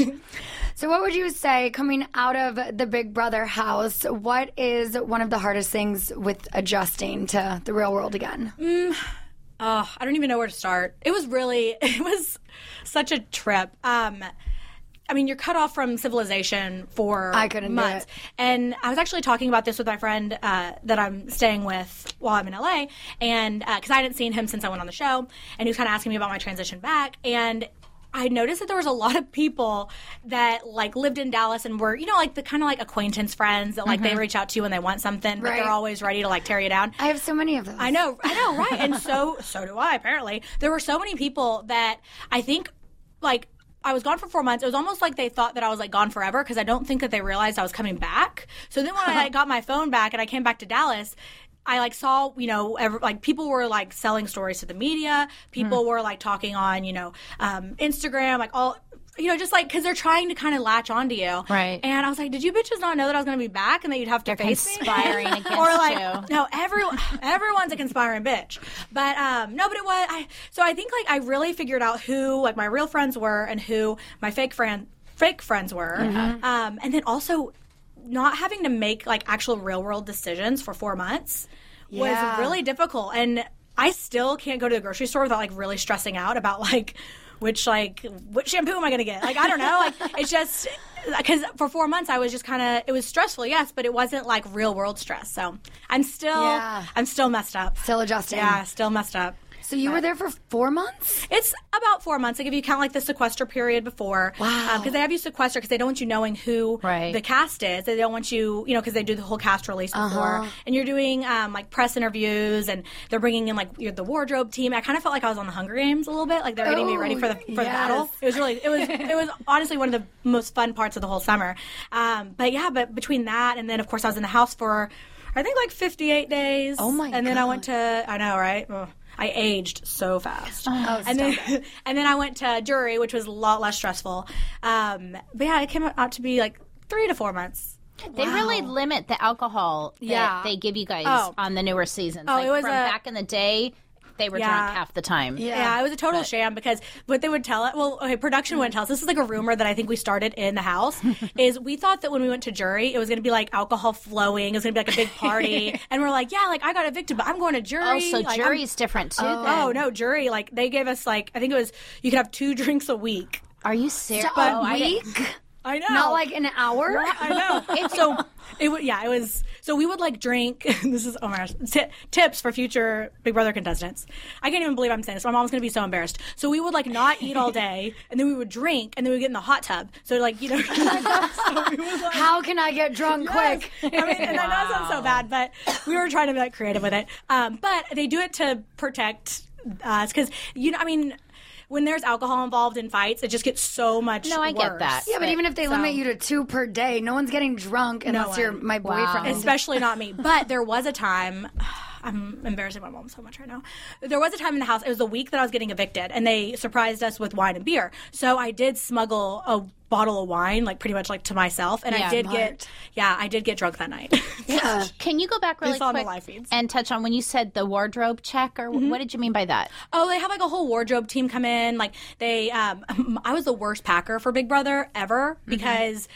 Speaker 4: so, what would you say coming out of the Big Brother house? What is one of the hardest things with adjusting to the real world again?
Speaker 6: Oh, I don't even know where to start. It was really, it was such a trip. Um, I mean, you're cut off from civilization for
Speaker 4: I couldn't do
Speaker 6: months.
Speaker 4: it.
Speaker 6: And I was actually talking about this with my friend uh, that I'm staying with while I'm in LA, and because I hadn't seen him since I went on the show, and he was kind of asking me about my transition back, and. I noticed that there was a lot of people that like lived in Dallas and were, you know, like the kind of like acquaintance friends that like they reach out to you when they want something, but
Speaker 4: Mm-hmm. Right.
Speaker 6: they're always ready to like tear you down.
Speaker 4: I have so many of those.
Speaker 6: I know, I know, right? And so, so do I. Apparently, there were so many people that I think, like, I was gone for four months. It was almost like they thought that I was like gone forever because I don't think that they realized I was coming back. So then when I like, got my phone back and I came back to Dallas. I like saw, you know, ever, like people were like selling stories to the media. People were like talking on, you know, um, Instagram, like all, you know, just like because they're trying to kind of latch onto you,
Speaker 5: Right.
Speaker 6: And I was like, did you bitches not know that I was going to be back and that you'd have to face me?
Speaker 5: conspiring against
Speaker 6: or like,
Speaker 5: you.
Speaker 6: no, everyone, everyone's a conspiring bitch. But um, no, but it was. I, so I think like I really figured out who like my real friends were and who my fake friend, fake friends were.
Speaker 5: Mm-hmm.
Speaker 6: Um, and then also not having to make like actual real world decisions for four months
Speaker 4: Yeah.
Speaker 6: was really difficult. And I still can't go to the grocery store without like really stressing out about like which like which shampoo am I gonna get? Like I don't know. Like it's just because for four months I was just kind of it was stressful, yes, but it wasn't like real world stress. So I'm still
Speaker 4: Yeah.
Speaker 6: I'm still messed up.
Speaker 4: Still adjusting.
Speaker 6: Yeah, still messed up.
Speaker 4: So you were there for four months?
Speaker 6: It's about four months. Like if you count like the sequester period before, wow, because they have you sequester because they don't want you knowing who
Speaker 5: Right.
Speaker 6: the cast is. They don't want you, you know, because they do the whole cast release before, and you're doing um, like press interviews, and they're bringing in like your, the wardrobe team. I kind of felt like I was on the Hunger Games a little bit, like they're getting me ready for the for the battle. It was really, it was, it was honestly one of the most fun parts of the whole summer. Um, but yeah, but between that and then of course I was in the house for. I think like 58 days. Oh
Speaker 4: my
Speaker 6: And then I went to, I know, right? Ugh. I aged so fast. and then and then I went to jury, which was a lot less stressful. Um, but yeah, it came out to be like three to four months.
Speaker 5: They really limit the alcohol that
Speaker 6: Yeah.
Speaker 5: they give you guys
Speaker 6: Oh.
Speaker 5: on the newer seasons.
Speaker 6: Oh,
Speaker 5: like
Speaker 6: it was
Speaker 5: from
Speaker 6: a-
Speaker 5: back in the day, they were
Speaker 6: Yeah.
Speaker 5: drunk half the time.
Speaker 6: Yeah, it was a total sham because what they would tell it. Well, okay, production wouldn't tell us. This is like a rumor that I think we started in the house. is we thought that when we went to jury, it was going to be like alcohol flowing. It was going to be like a big party, and we're like, yeah, like I got evicted, but I'm going to jury.
Speaker 5: Oh, so
Speaker 6: Like, I'm-
Speaker 5: jury's different too. then.
Speaker 6: Oh no, jury! Like they gave us like I think it was you could have two drinks a week.
Speaker 5: Are you serious?
Speaker 4: a
Speaker 5: Oh, I didn't-
Speaker 4: week?
Speaker 6: I know,
Speaker 4: Not like an hour?
Speaker 6: I know. It's so it would yeah, it was so we would like drink this is oh my gosh. Ti tips for future Big Brother contestants. I can't even believe I'm saying this. My mom's gonna be so embarrassed. So we would like not eat all day and then we would drink and then we would get in the hot tub. So like, you know so we would, like,
Speaker 4: How can I get drunk
Speaker 6: Yes.
Speaker 4: quick?
Speaker 6: I mean, and I know it sounds so bad, but we were trying to be like creative with it. Um, but they do it to protect us because you know, I mean, when there's alcohol involved in fights, it just gets so much.
Speaker 5: No, I get
Speaker 6: worse.
Speaker 5: that.
Speaker 4: Yeah, but even if they limit you to two per day, no one's getting drunk unless
Speaker 6: one.
Speaker 4: you're my boyfriend.
Speaker 5: Um,
Speaker 6: especially not me. But there was a time. I'm embarrassing my mom so much right now. There was a time in the house. It was the week that I was getting evicted, and they surprised us with wine and beer. So I did smuggle a bottle of wine, like pretty much like to myself, and I
Speaker 5: Yeah,
Speaker 6: did
Speaker 5: smart.
Speaker 6: get yeah, I did get drunk that night.
Speaker 5: Can you go back really
Speaker 6: saw my
Speaker 5: quick
Speaker 6: live feeds. Mm-hmm.
Speaker 5: and touch on when you said the wardrobe check, or what did you mean by that?
Speaker 6: Oh, they have like a whole wardrobe team come in. Like they, um, I was the worst packer for Big Brother ever
Speaker 5: Mm-hmm.
Speaker 6: because.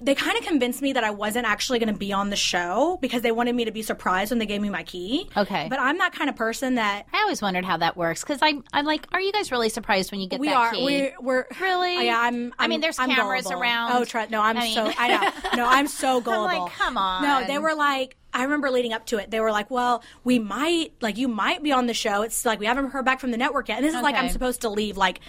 Speaker 6: They kind of convinced me that I wasn't actually going to be on the show because they wanted me to be surprised when they gave me my key.
Speaker 5: Okay.
Speaker 6: But I'm that kind of person that
Speaker 5: I always wondered how that works because I'm, I'm like, are you guys really surprised when you get
Speaker 6: we
Speaker 5: that
Speaker 6: are.
Speaker 5: key?
Speaker 6: We're, we're
Speaker 5: Really?
Speaker 6: Oh, Yeah, I'm,
Speaker 5: I
Speaker 6: I'm-
Speaker 5: mean, there's
Speaker 6: I'm
Speaker 5: cameras
Speaker 6: gullible.
Speaker 5: around.
Speaker 6: Oh, try, no, I'm
Speaker 5: I mean-
Speaker 6: so. I know. No, I'm so gullible.
Speaker 5: come
Speaker 6: No, they
Speaker 5: on.
Speaker 6: were like. I remember leading up to it, they were like, "Well, we might, like, you might be on the show. It's like we haven't heard back from the network yet, and this is like I'm
Speaker 5: Okay.
Speaker 6: supposed to leave like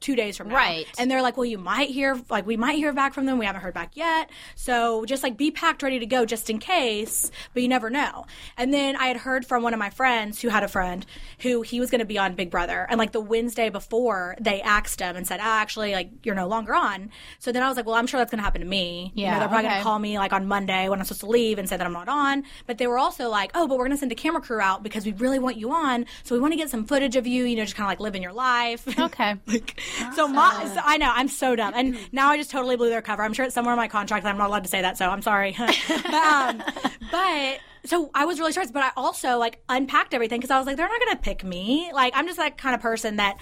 Speaker 6: two days from now,
Speaker 5: Right.
Speaker 6: And they're like, "Well, you might hear, like, we might hear back from them. We haven't heard back yet, so just like be packed, ready to go, just in case. But you never know." And then I had heard from one of my friends who had a friend who he was going to be on Big Brother, and like the Wednesday before, they axed him and said, "Ah, actually, like, you're no longer on." So then I was like, "Well, I'm sure that's going to happen to me. You know,
Speaker 5: Yeah,
Speaker 6: they're probably going
Speaker 5: okay.
Speaker 6: to call call me like on Monday when I'm supposed to leave and say that I'm not on. But they were also like, oh, but we're going to send a camera crew out because we really want you on. So we want to get some footage of you, you know, just kind of like living your life.
Speaker 5: Okay.
Speaker 6: like, so, my, so I know, I'm so dumb. And now I just totally blew their cover. I'm sure it's somewhere in my contract that I'm not allowed to say that. So I'm sorry. but, um, but so I was really stressed, but I also like unpacked everything because I was like, they're not going to pick me. Like, I'm just that kind of person that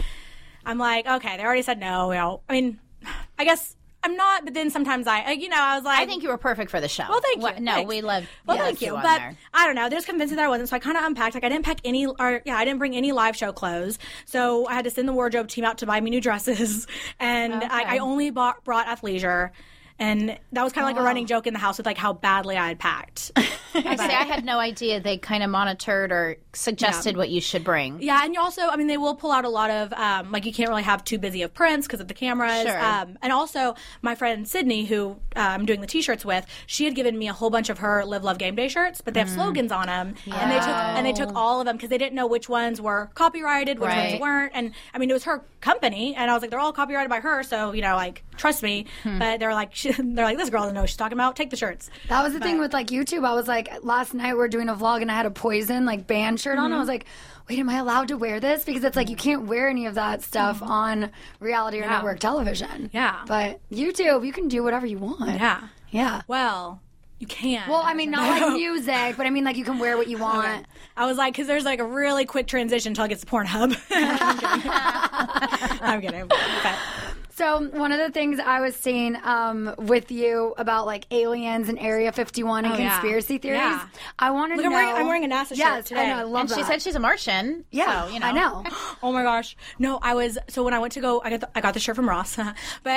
Speaker 6: I'm like, okay, they already said no. You know, I mean, I guess. I'm not, but then sometimes I, like, you know, I was like,
Speaker 5: I think you were perfect for the show.
Speaker 6: well, thank you.
Speaker 5: What- No,
Speaker 6: Thanks.
Speaker 5: we love.
Speaker 6: Well,
Speaker 5: we
Speaker 6: thank
Speaker 5: loved
Speaker 6: you.
Speaker 5: on
Speaker 6: But
Speaker 5: there.
Speaker 6: I don't know. There's convincing that I wasn't, so I kind of unpacked. Like I didn't pack any, or yeah, I didn't bring any live show clothes. So I had to send the wardrobe team out to buy me new dresses, and I, I only bought, brought athleisure. And that was kind of like a running joke in the house with like how badly I had packed.
Speaker 5: I say I had no idea they kind of monitored or suggested what you should bring.
Speaker 6: Yeah, and you also, I mean, they will pull out a lot of um, like you can't really have too busy of prints because of the cameras.
Speaker 5: Sure.
Speaker 6: Um, and also, my friend Sydney, who uh, I'm doing the T-shirts with, she had given me a whole bunch of her Live Love Game Day shirts, but they have slogans on them, and they took and they took all of them because they didn't know which ones were copyrighted, which
Speaker 5: Right.
Speaker 6: ones weren't. And I mean, it was her company, and I was like, they're all copyrighted by her, so you know, like trust me. But they're like, they're like, this girl doesn't know what she's talking about. Take the shirts.
Speaker 4: That was the thing with like YouTube. I was like, last night we are doing a vlog and I had a poison like band shirt
Speaker 6: Mm-hmm.
Speaker 4: on. I was like, wait, am I allowed to wear this? Because it's like you can't wear any of that stuff on reality or network television.
Speaker 6: Mm-hmm. Yeah.
Speaker 4: But YouTube, you can do whatever you want.
Speaker 6: Yeah.
Speaker 4: Yeah.
Speaker 6: Well, you can.
Speaker 4: Well, I mean, not like music, but I mean, like you can wear what you want.
Speaker 6: I was like, because there's like a really quick transition until it gets to Pornhub. I'm kidding. I'm kidding. But-
Speaker 4: So one of the things I was seeing um, with you about like aliens and Area 51 and
Speaker 6: Oh, yeah.
Speaker 4: conspiracy theories,
Speaker 6: Yeah.
Speaker 4: I wanted
Speaker 6: Look,
Speaker 4: to
Speaker 6: I'm
Speaker 4: know.
Speaker 6: wearing- I'm wearing a NASA shirt
Speaker 4: yes, I
Speaker 6: today.
Speaker 4: know. I love
Speaker 5: and
Speaker 4: that.
Speaker 5: she said she's a Martian.
Speaker 4: "Yeah,
Speaker 5: so, you know.
Speaker 4: I know."
Speaker 6: oh my gosh. No, I was. So when I went to go, I got the, I got the shirt from Ross. but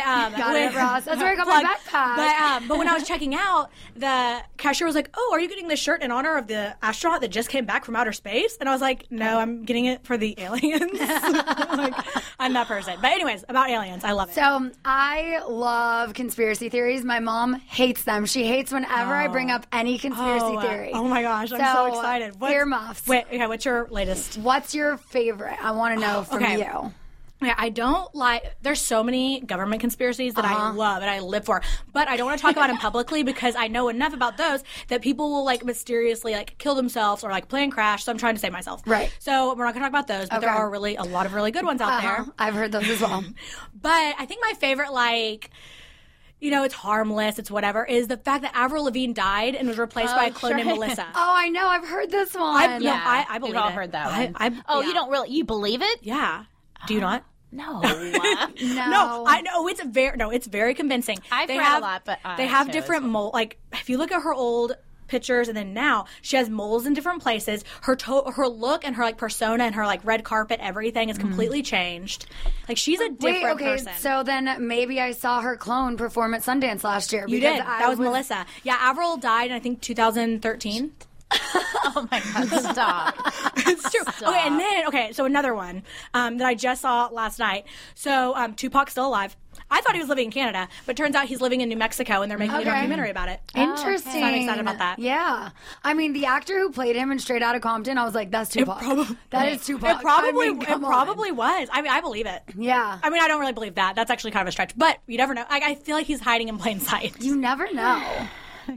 Speaker 6: um,
Speaker 4: Got it,
Speaker 6: when-
Speaker 4: Ross. That's where I got my
Speaker 6: Plug.
Speaker 4: backpack.
Speaker 6: But um, but when I was checking out, the cashier was like, "Oh, are you getting this shirt in honor of the astronaut that just came back from outer space?" And I was like, "No, I'm getting it for the aliens. like, I'm that person." But anyways, about aliens, I love it.
Speaker 4: So um, I love conspiracy theories. My mom hates them. She hates whenever I bring up any conspiracy
Speaker 6: oh, uh,
Speaker 4: theory.
Speaker 6: oh my gosh, I'm so excited. What's-
Speaker 4: earmuffs.
Speaker 6: Wait, okay, what's your latest?
Speaker 4: What's your favorite? I want to know from
Speaker 6: Okay.
Speaker 4: you.
Speaker 6: Yeah, I don't like. There's so many government conspiracies that I love and I live for, but I don't want to talk about them publicly because I know enough about those that people will like mysteriously like kill themselves or like plane crash. So I'm trying to save myself.
Speaker 4: Right.
Speaker 6: So we're not going to talk about those, but there
Speaker 4: Okay.
Speaker 6: are really a lot of really good ones out
Speaker 4: Uh-huh.
Speaker 6: there.
Speaker 4: I've heard those as well.
Speaker 6: But I think my favorite like. You know, it's harmless, it's whatever, is the fact that Avril Lavigne died and was replaced by a clone named Melissa.
Speaker 4: oh, I know. I've heard this one.
Speaker 6: I, yeah, I, I believe
Speaker 5: We've all
Speaker 6: it.
Speaker 5: heard that
Speaker 6: I-
Speaker 5: one.
Speaker 6: I-
Speaker 5: oh,
Speaker 6: yeah.
Speaker 5: you don't really you believe it?
Speaker 6: Yeah. Do you not?
Speaker 5: No. Oh
Speaker 4: no.
Speaker 6: No, I know it's very no, it's very convincing.
Speaker 5: I've
Speaker 6: they
Speaker 5: read a
Speaker 6: have,
Speaker 5: lot, but I
Speaker 6: they have
Speaker 5: chose-
Speaker 6: different mold. Like if you look at her old pictures and then now she has moles in different places. Her to- her look and her like persona and her like red carpet, everything is completely changed. Like she's a different
Speaker 4: Wait, okay.
Speaker 6: person.
Speaker 4: So then maybe I saw her clone perform at Sundance last year.
Speaker 6: you
Speaker 4: because
Speaker 6: did.
Speaker 4: I
Speaker 6: that was, Melissa. Yeah, Avril died in I think 2013.
Speaker 5: oh my god, stop.
Speaker 6: it's true. Okay, and then okay, so another one um, that I just saw last night. So um, Tupac's still alive. I thought he was living in Canada, but turns out he's living in New Mexico, and they're making a documentary about it.
Speaker 4: Interesting.
Speaker 6: So Oh, I'm excited about that.
Speaker 4: Oh, Yeah. I mean, the actor who played him in Straight Outta Compton, I was like, that's Tupac.
Speaker 6: probab-
Speaker 4: that is Tupac.
Speaker 6: It probably,
Speaker 4: I mean,
Speaker 6: it
Speaker 4: come on.
Speaker 6: probably was. I mean, I believe it.
Speaker 4: Yeah.
Speaker 6: I mean, I don't really believe that. That's actually kind of a stretch, but you never know. I, I feel like he's hiding in plain sight.
Speaker 4: You never know.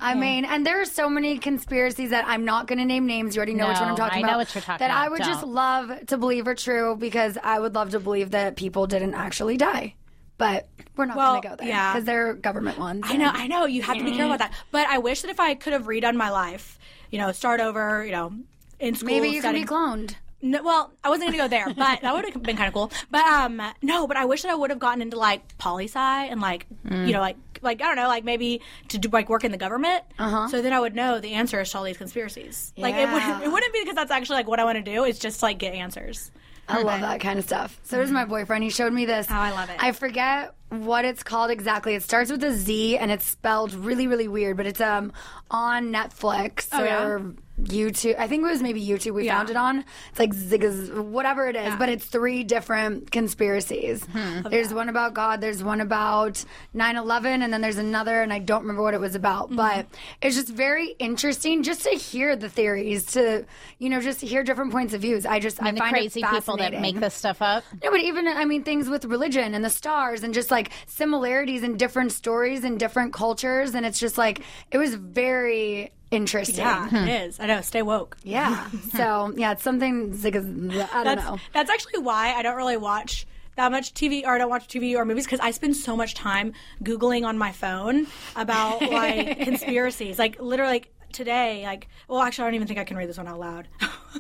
Speaker 4: I mean, and there are so many conspiracies that I'm not going to name names. You already know which one I'm
Speaker 5: No,
Speaker 4: talking
Speaker 5: I know
Speaker 4: about.
Speaker 5: what you're talking
Speaker 4: That I
Speaker 5: about.
Speaker 4: would just
Speaker 5: Don't.
Speaker 4: love to believe are true because I would love to believe that people didn't actually die. But we're not
Speaker 6: Well,
Speaker 4: going to go there
Speaker 6: yeah.
Speaker 4: because they're government ones.
Speaker 6: I know, I know. You have to be careful about that. But I wish that if I could have redone my life, you know, start over, you know, in school.
Speaker 4: Maybe you can
Speaker 6: studying-
Speaker 4: be cloned.
Speaker 6: No, well, I wasn't gonna go there, but that would have been kind of cool. But um, no, but I wish that I would have gotten into like poli sci and like you know like like I don't know like maybe to do like work in the government. Uh-huh. So then I would know the answers to all these conspiracies. Like it
Speaker 4: Yeah.
Speaker 6: wouldn't it wouldn't be because that's actually like what I want to do. It's just like get answers.
Speaker 4: I love that kind of stuff. So does my boyfriend. He showed me this.
Speaker 6: Mm-hmm. Oh, I love it.
Speaker 4: I forget what it's called exactly. It starts with a Z and it's spelled really, really weird, but it's um on Netflix
Speaker 6: Oh, yeah?
Speaker 4: or YouTube. I think it was maybe YouTube we found it on. It's like Ziggas, whatever it is, but it's three different conspiracies.
Speaker 6: Hmm.
Speaker 4: There's one about God, there's one about 9 11, and then there's another, and I don't remember what it was about,
Speaker 6: Mm-hmm.
Speaker 4: but it's just very interesting just to hear the theories, to, you know, just to hear different points of views. I just, I
Speaker 5: And the
Speaker 4: find
Speaker 5: crazy
Speaker 4: it
Speaker 5: people that
Speaker 4: fascinating. Uh,
Speaker 5: make this stuff up.
Speaker 4: No, but even I mean things with religion and the stars and just like similarities in different stories and different cultures, and it's just like it was very interesting.
Speaker 6: Yeah, it is. I know. Stay woke.
Speaker 4: Yeah. so yeah, it's something. It's like, I don't
Speaker 6: That's Oh
Speaker 4: know.
Speaker 6: that's actually why I don't really watch that much TV or I don't watch TV or movies because I spend so much time googling on my phone about like conspiracies. Like literally like, today, like well actually I don't even think I can read this one out loud.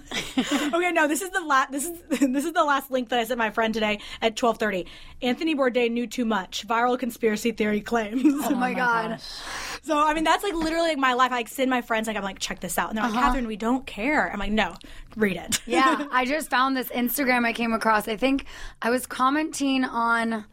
Speaker 6: okay, no, this is the la- this is this is the last link that I sent my friend today at 12:30. Anthony Bourdain knew too much. Viral conspiracy theory claims.
Speaker 4: Oh my god.
Speaker 6: so I mean that's like literally like my life. I like send my friends like I'm like check this out and they're like Catherine we don't care. I'm like no, read it.
Speaker 4: Uh-huh. yeah, I just found this Instagram I came across. I think I was commenting on.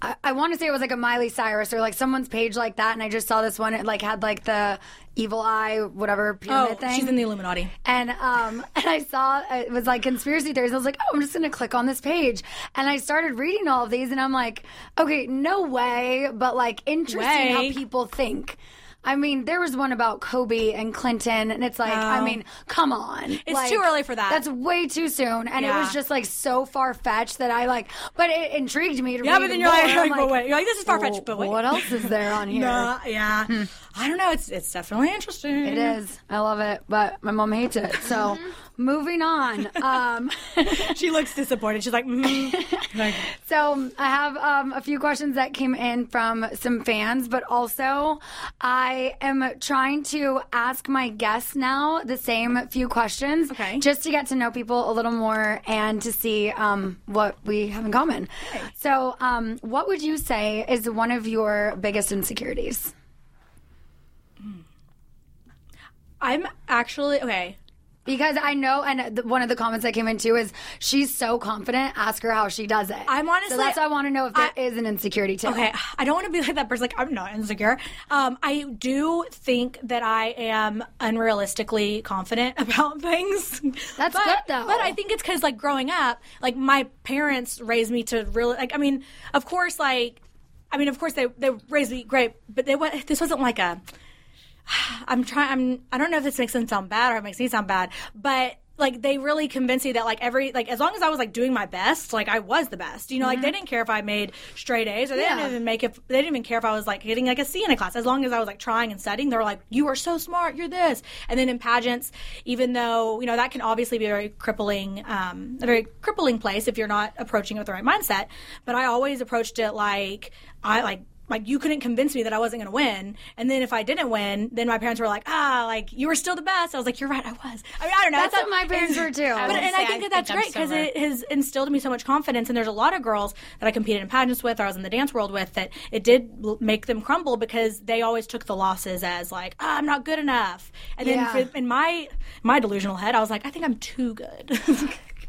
Speaker 4: I, I want to say it was like a Miley Cyrus or like someone's page like that, and I just saw this one. It like had like the evil eye, whatever pyramid
Speaker 6: Oh,
Speaker 4: thing.
Speaker 6: she's in the Illuminati.
Speaker 4: and um, and I saw it was like conspiracy theories. I was like, oh, I'm just gonna click on this page, and I started reading all of these, and I'm like, okay, no way, but like interesting
Speaker 6: Way.
Speaker 4: how people think. I mean, there was one about Kobe and Clinton, and it's like, I mean, come on, it's
Speaker 6: Oh. too early for that.
Speaker 4: That's way too soon, and it
Speaker 6: Yeah.
Speaker 4: was just like so far fetched that I like, but it intrigued me to
Speaker 6: Yeah,
Speaker 4: read
Speaker 6: but
Speaker 4: more.
Speaker 6: then you're like,
Speaker 4: and I'm
Speaker 6: like, but wait. You're like, this is far fetched, but wait.
Speaker 4: What else is there on here? Hmm.
Speaker 6: Uh, yeah. I don't know. It's it's definitely interesting.
Speaker 4: It is. Mm-hmm. I love it, but my mom hates it. So, moving on. Um,
Speaker 6: She looks disappointed. She's like, mm. like
Speaker 4: so I have um, a few questions that came in from some fans, but also I am trying to ask my guests now the same few questions,
Speaker 6: Okay.
Speaker 4: just to get to know people a little more and to see um, what we have in common. So, um, what would you say is one of your biggest insecurities?
Speaker 6: I'm actually okay.
Speaker 4: Because I know, and th- one of the comments that came in too is she's so confident. Ask her how she does it.
Speaker 6: I'm honestly-
Speaker 4: So that's why I want to know if there is
Speaker 6: I-
Speaker 4: an insecurity too.
Speaker 6: Okay, I don't want to be like that person. Like I'm not insecure. Um, I do think that I am unrealistically confident about things.
Speaker 4: That's
Speaker 6: But-
Speaker 4: good, though.
Speaker 6: But I think it's because like growing up, like my parents raised me to really like. I mean, of course, like I mean, of course they they raised me great, but they wa- this wasn't like a. I'm trying. I'm. I don't know if this makes them sound bad or it makes me sound bad, but like they really convinced me that like every like as long as I was like doing my best, like I was the best. You know, like they didn't care if I made straight A's or they
Speaker 4: Yeah.
Speaker 6: didn't even make if they didn't even care if I was like getting like a C in a class. As long as I was like trying and studying, they were like, "You are so smart. You're this." And then in pageants, even though you know that can obviously be a very crippling, um, a very crippling place if you're not approaching it with the right mindset. But I always approached it like I like like you couldn't convince me that I wasn't going to win. And then if I didn't win, then my parents were like, ah, like you were still the best. I was like, you're right, I was. I mean, I don't know.
Speaker 4: That's
Speaker 6: It's
Speaker 4: what my parents were too.
Speaker 6: But, and I
Speaker 5: say, I
Speaker 6: think that
Speaker 5: think
Speaker 6: that's
Speaker 5: I'm
Speaker 6: great because
Speaker 5: similar.
Speaker 6: it has instilled in me so much confidence. And there's a lot of girls that I competed in pageants with, or I was in the dance world with, that it did l- make them crumble because they always took the losses as like, ah, I'm not good enough. And then
Speaker 4: Yeah.
Speaker 6: for- in my my delusional head, I was like, I think I'm too good.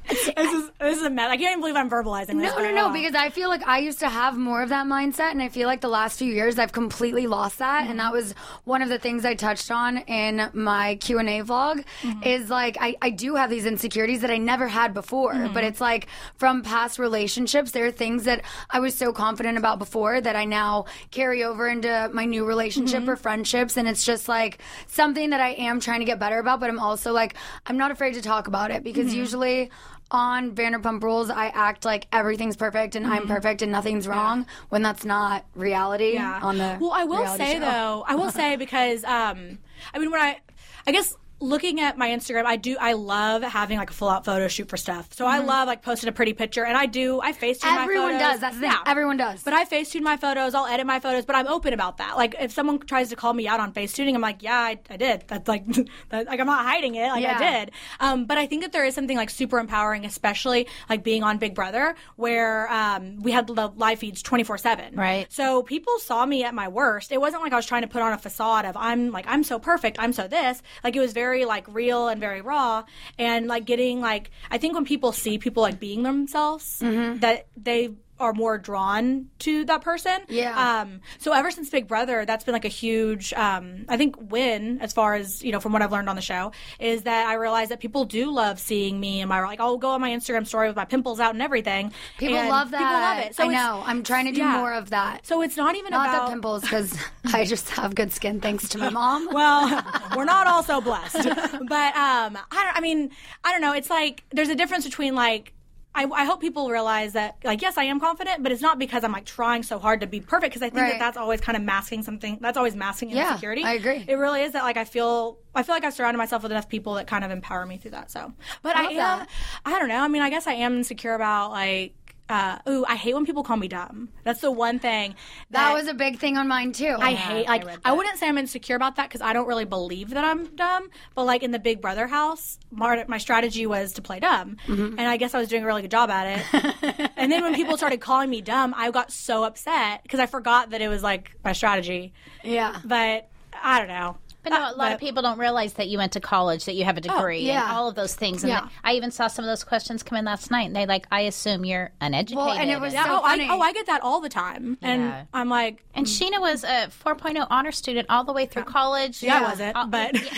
Speaker 6: this is this is a mess. I can't even believe I'm verbalizing this.
Speaker 4: No,
Speaker 6: but
Speaker 4: no,
Speaker 6: I
Speaker 4: no,
Speaker 6: am.
Speaker 4: because I feel like I used to have more of that mindset, and I feel like the last few years I've completely lost that, and that was one of the things I touched on in my Q and A vlog. Is like I, I do have these insecurities that I never had before, but it's like from past relationships, there are things that I was so confident about before that I now carry over into my new relationship or friendships, and it's just like something that I am trying to get better about, but I'm also like I'm not afraid to talk about it because usually on Vanderpump Rules, I act like everything's perfect and
Speaker 6: Mm-hmm.
Speaker 4: I'm perfect and nothing's wrong when that's not reality. On the
Speaker 6: well, I will
Speaker 4: reality
Speaker 6: say
Speaker 4: show.
Speaker 6: though, I will say because um, I mean when I, I guess looking at my Instagram, I do I love having like a full out photo shoot for stuff. So I love like posting a pretty picture, and I do I Facetune.
Speaker 4: Mm-hmm. Everyone
Speaker 6: my photos.
Speaker 4: does. That's the thing. Everyone does.
Speaker 6: But I Facetune my photos. I'll edit my photos, but I'm open about that. Like if someone tries to call me out on Facetuning, I'm like, yeah, I, I did. That's like, that, like I'm not hiding it. Like I
Speaker 4: Yeah.
Speaker 6: did. Um, but I think that there is something like super empowering, especially like being on Big Brother, where um, we had the live feeds 24 seven.
Speaker 5: Right.
Speaker 6: So people saw me at my worst. It wasn't like I was trying to put on a facade of I'm like I'm so perfect, I'm so this. Like it was very like real and very raw and like getting like I think when people see people like being themselves that they are more drawn to that person.
Speaker 4: Yeah.
Speaker 6: Um so ever since Big Brother, that's been like a huge um I think win as far as, you know, from what I've learned on the show is that I realized that people do love seeing me and my like I'll go on my Instagram story with my pimples out and everything.
Speaker 4: people
Speaker 6: and
Speaker 4: love that.
Speaker 6: People love it. So
Speaker 4: I
Speaker 6: it's-
Speaker 4: know. I'm trying to do
Speaker 6: yeah.
Speaker 4: more of that.
Speaker 6: So it's not even
Speaker 4: not
Speaker 6: about
Speaker 4: the pimples because I just have good skin thanks to my mom.
Speaker 6: well, we're not all so blessed. But um, I, don't, I mean, I don't know. It's like there's a difference between like. I, I hope people realize that, like, yes, I am confident, but it's not because I'm like trying so hard to be perfect. Because I think
Speaker 4: Right.
Speaker 6: that that's always kind of masking something. That's always masking
Speaker 4: Yeah,
Speaker 6: insecurity.
Speaker 4: I agree.
Speaker 6: It really is that like I feel. I feel like I've surrounded myself with enough people that kind of empower me through that. So, but I,
Speaker 4: love
Speaker 6: am.
Speaker 4: that.
Speaker 6: I don't know. I mean, I guess I am insecure about like. Uh, ooh, I hate when people call me dumb. That's the one thing
Speaker 4: that was a big thing on mine too.
Speaker 6: I hate like I, wouldn't say I'm insecure about that because I don't really believe that I'm dumb. But like in the Big Brother house, my, my strategy was to play dumb,
Speaker 4: Mm-hmm.
Speaker 6: and I guess I was doing a really good job at it. and then when people started calling me dumb, I got so upset because I forgot that it was like my strategy.
Speaker 4: yeah.
Speaker 6: But I don't know.
Speaker 5: But no, a lot of people don't realize that you went to college, that you have a degree,
Speaker 4: Oh, yeah.
Speaker 5: and all of those things. And
Speaker 4: Yeah.
Speaker 5: th- I even saw some of those questions come in last night, and they like, I assume you're uneducated.
Speaker 4: Well, and it was so
Speaker 6: oh,
Speaker 4: funny.
Speaker 6: I, oh, I get that all the time,
Speaker 5: Yeah.
Speaker 6: and I'm like,
Speaker 5: And Sheena was a 4.0 honor student all the way through college.
Speaker 6: yeah, I wasn't, but
Speaker 5: I mean,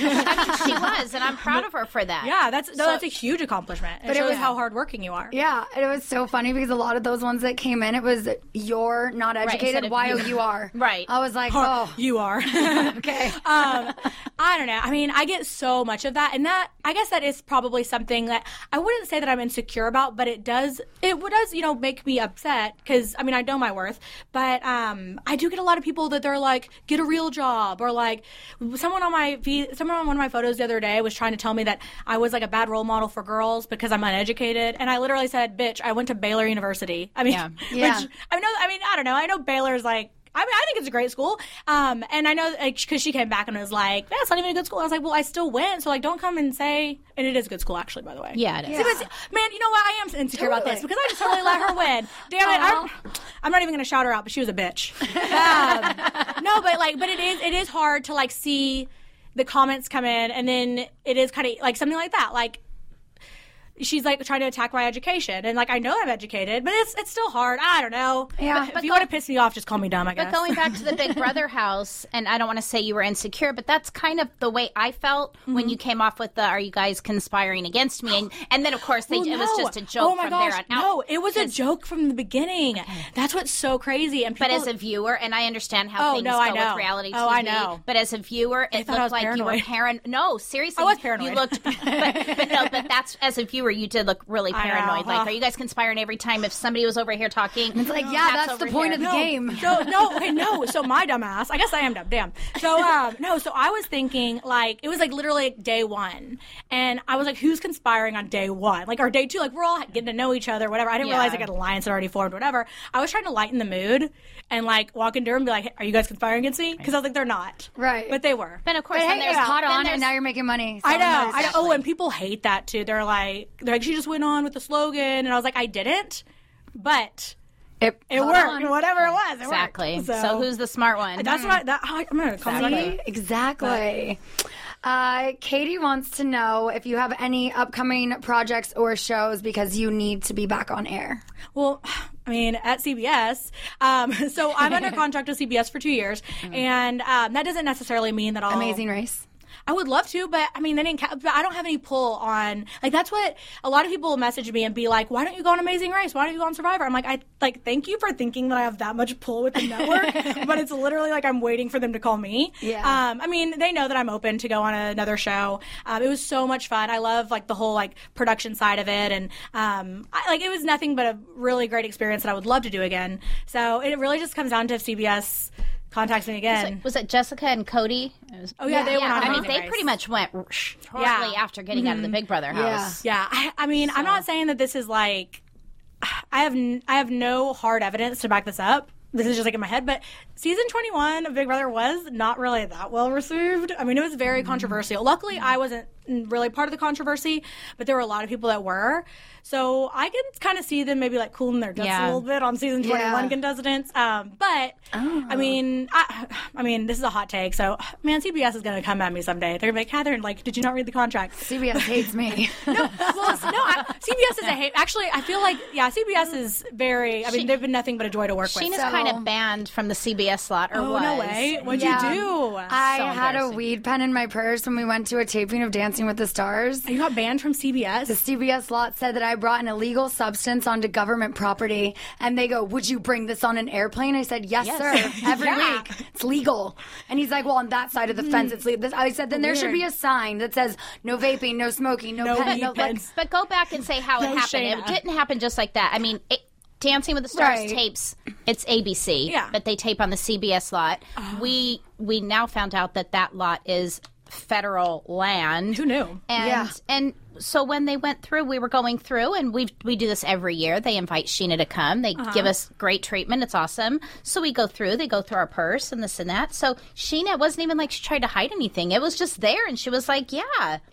Speaker 5: she was, and I'm proud of her for that.
Speaker 6: yeah, that's no, that's a huge accomplishment. It
Speaker 4: it
Speaker 6: shows
Speaker 4: was-
Speaker 6: how hardworking you are.
Speaker 4: Yeah, and it was so funny because a lot of those ones that came in, it was you're not
Speaker 5: instead
Speaker 4: educated,
Speaker 5: of
Speaker 4: why
Speaker 5: you.
Speaker 4: oh you are.
Speaker 5: Right.
Speaker 4: I was like,
Speaker 6: Or
Speaker 4: oh,
Speaker 6: you are. okay. Um, I don't know. I mean, I get so much of that, and that I guess that is probably something that I wouldn't say that I'm insecure about, but it does it would- does you know make me upset because I mean I know my worth, but um, I do get a lot of people that they're like get a real job or like someone on my fe- someone on one of my photos the other day was trying to tell me that I was like a bad role model for girls because I'm uneducated, and I literally said, "Bitch, I went to Baylor University." I mean,
Speaker 4: Yeah.
Speaker 6: which I know. I mean, I don't know. I know Baylor's like. I mean, I think it's a great school. Um, and I know because she came back and was like, "That's not even a good school." I was like, "Well, I still went, so like, don't come and say." And it is a good school, actually, by the way.
Speaker 5: Yeah, it is.
Speaker 6: See, but see- man, you know what? I am insecure about this
Speaker 4: Totally.
Speaker 6: because I just totally let her win. Damn it! I'm, I'm not even gonna shout her out, but she was a bitch. Um, no, but like, but it is it is hard to like see the comments come in, and then it is kind of like something like that. Like she's like trying to attack my education, and like I know I'm educated, but it's it's still hard. I don't know.
Speaker 4: Yeah.
Speaker 6: But, if you want to piss me off, just call me dumb. I guess.
Speaker 5: But going back to the Big Brother house, and I don't want to say you were insecure, but that's kind of the way I felt
Speaker 6: Mm-hmm.
Speaker 5: when you came off with the "Are you guys conspiring against me?" and, and then of course they,
Speaker 6: Well,
Speaker 5: it was
Speaker 6: no.
Speaker 5: just a joke
Speaker 6: Oh my
Speaker 5: from
Speaker 6: gosh,
Speaker 5: there on out.
Speaker 6: no, it was a joke from the beginning. That's what's so crazy. And
Speaker 5: But
Speaker 6: people,
Speaker 5: as a viewer, and I understand how
Speaker 6: Oh,
Speaker 5: things
Speaker 6: no,
Speaker 5: go
Speaker 6: I know.
Speaker 5: with reality TV.
Speaker 6: Oh, I know.
Speaker 5: But as a viewer, it
Speaker 6: thought I
Speaker 5: looked
Speaker 6: was
Speaker 5: like you were
Speaker 6: paranoid.
Speaker 5: paranoid. No, seriously,
Speaker 6: I was
Speaker 5: you-
Speaker 6: paranoid.
Speaker 5: You looked, but, but no, but that's as a viewer, you did look really
Speaker 6: I know,
Speaker 5: paranoid. Like,
Speaker 6: huh?
Speaker 5: are you guys conspiring every time if somebody was over here talking? It's
Speaker 4: like, yeah, that's, the point of the
Speaker 6: no,
Speaker 4: game.
Speaker 6: so no, okay, no. So my dumbass, I guess I am dumb. Damn. So um, no. So I was thinking like it was like literally like, day one, and I was like, who's conspiring on day one? Like or day two? Like we're all getting to know each other, whatever. I didn't realize like an alliance had already formed, whatever. I was trying to lighten the mood and like walk into her and be like, are you guys conspiring against me? Because I was like, they're not.
Speaker 4: Right.
Speaker 6: But they were.
Speaker 5: But of course,
Speaker 4: But
Speaker 5: then
Speaker 4: hey,
Speaker 5: there's
Speaker 4: it's caught
Speaker 5: then
Speaker 4: on,
Speaker 5: there's-
Speaker 4: and now you're making money. so
Speaker 6: I know.
Speaker 4: nice.
Speaker 6: I know. Oh, and people hate that too. They're like, they're like, she just went on with the slogan, and I was like, I didn't, but
Speaker 4: It,
Speaker 6: it
Speaker 4: caught
Speaker 6: worked.
Speaker 4: on.
Speaker 6: Whatever it was, it
Speaker 5: exactly.
Speaker 6: worked.
Speaker 5: So, who's the smart one?
Speaker 6: That's what I, that, how I- I'm gonna call
Speaker 4: See? Exactly. Uh, Katie wants to know if you have any upcoming projects or shows because you need to be back on air.
Speaker 6: Well, I mean, at CBS. Um, so I'm under contract with CBS for two years, and um, that doesn't necessarily mean that I'll
Speaker 4: Amazing Race.
Speaker 6: I would love to, but I mean, they didn't. Ca- but I don't have any pull on like that's what a lot of people will message me and be like, "Why don't you go on Amazing Race? Why don't you go on Survivor?" I'm like, I like thank you for thinking that I have that much pull with the network, but it's literally like I'm waiting for them to call me.
Speaker 4: Yeah.
Speaker 6: Um, I mean, they know that I'm open to go on another show. Um, it was so much fun. I love like the whole like production side of it, and um, I, like it was nothing but a really great experience that I would love to do again. So it really just comes down to if CBS contacts me again.
Speaker 5: was it Jessica and Cody? It was-
Speaker 6: Oh yeah, they went on
Speaker 5: I mean,
Speaker 6: Amazing
Speaker 5: they
Speaker 6: Race.
Speaker 5: pretty much went shortly
Speaker 6: Yeah.
Speaker 5: after getting out of the Big Brother house.
Speaker 6: Mm-hmm. Yeah, I, I mean, I'm not saying that this is like, I have n- I have no hard evidence to back this up. This is just like in my head, but season 21 of Big Brother was not really that well received. I mean, it was
Speaker 5: Mm-hmm.
Speaker 6: very controversial. Luckily, I wasn't really part of the controversy, but there were a lot of people that were. So I can kind of see them maybe like cooling their guts
Speaker 5: Yeah. Oh.
Speaker 6: a little bit on season 21 contestants. Um, but I mean, I, I mean, this is a hot take. So man, CBS is going to come at me someday. They're gonna be like, Catherine, like, did you not read the contract?
Speaker 4: CBS hates me.
Speaker 6: well, it's- no, I, CBS is a hate. Actually, I feel like yeah, CBS is very. I mean, they've been nothing but a joy to work
Speaker 5: Sheena's
Speaker 6: with.
Speaker 5: kind of banned from the CBS slot, or
Speaker 6: oh
Speaker 5: was.
Speaker 6: no way! What'd
Speaker 4: Yeah.
Speaker 6: you do?
Speaker 4: I had a weed pen in my purse when we went to a taping of Dancing with the Stars.
Speaker 6: you got banned from CBS.
Speaker 4: The CBS lot said that I brought an illegal substance onto government property, and they go, "Would you bring this on an airplane?" I said, "Yes, sir. Every week, it's legal." And he's like, "Well, on that side of the fence, it's legal." This, I said, "Then there should be a sign that says no vaping, no smoking, no,
Speaker 6: No
Speaker 4: pen,
Speaker 6: weed
Speaker 4: no
Speaker 6: pens.
Speaker 4: like,
Speaker 5: But go back and say how it
Speaker 6: No,
Speaker 5: happened. It
Speaker 6: Shayna.
Speaker 5: didn't happen just like that. I mean, it, Dancing with the Stars
Speaker 4: Right.
Speaker 5: tapes. It's ABC,
Speaker 6: Yeah. Oh.
Speaker 5: but they tape on the CBS lot. We we now found out that that lot is federal land.
Speaker 6: Who knew?
Speaker 5: And
Speaker 4: Yeah.
Speaker 5: and so when they went through, we were going through, and we we do this every year. They invite Sheena to come. They
Speaker 6: Uh-huh.
Speaker 5: give us great treatment. It's awesome. So we go through. They go through our purse and this and that. So Sheena it wasn't even like she tried to hide anything. It was just there, and she was like, "Yeah,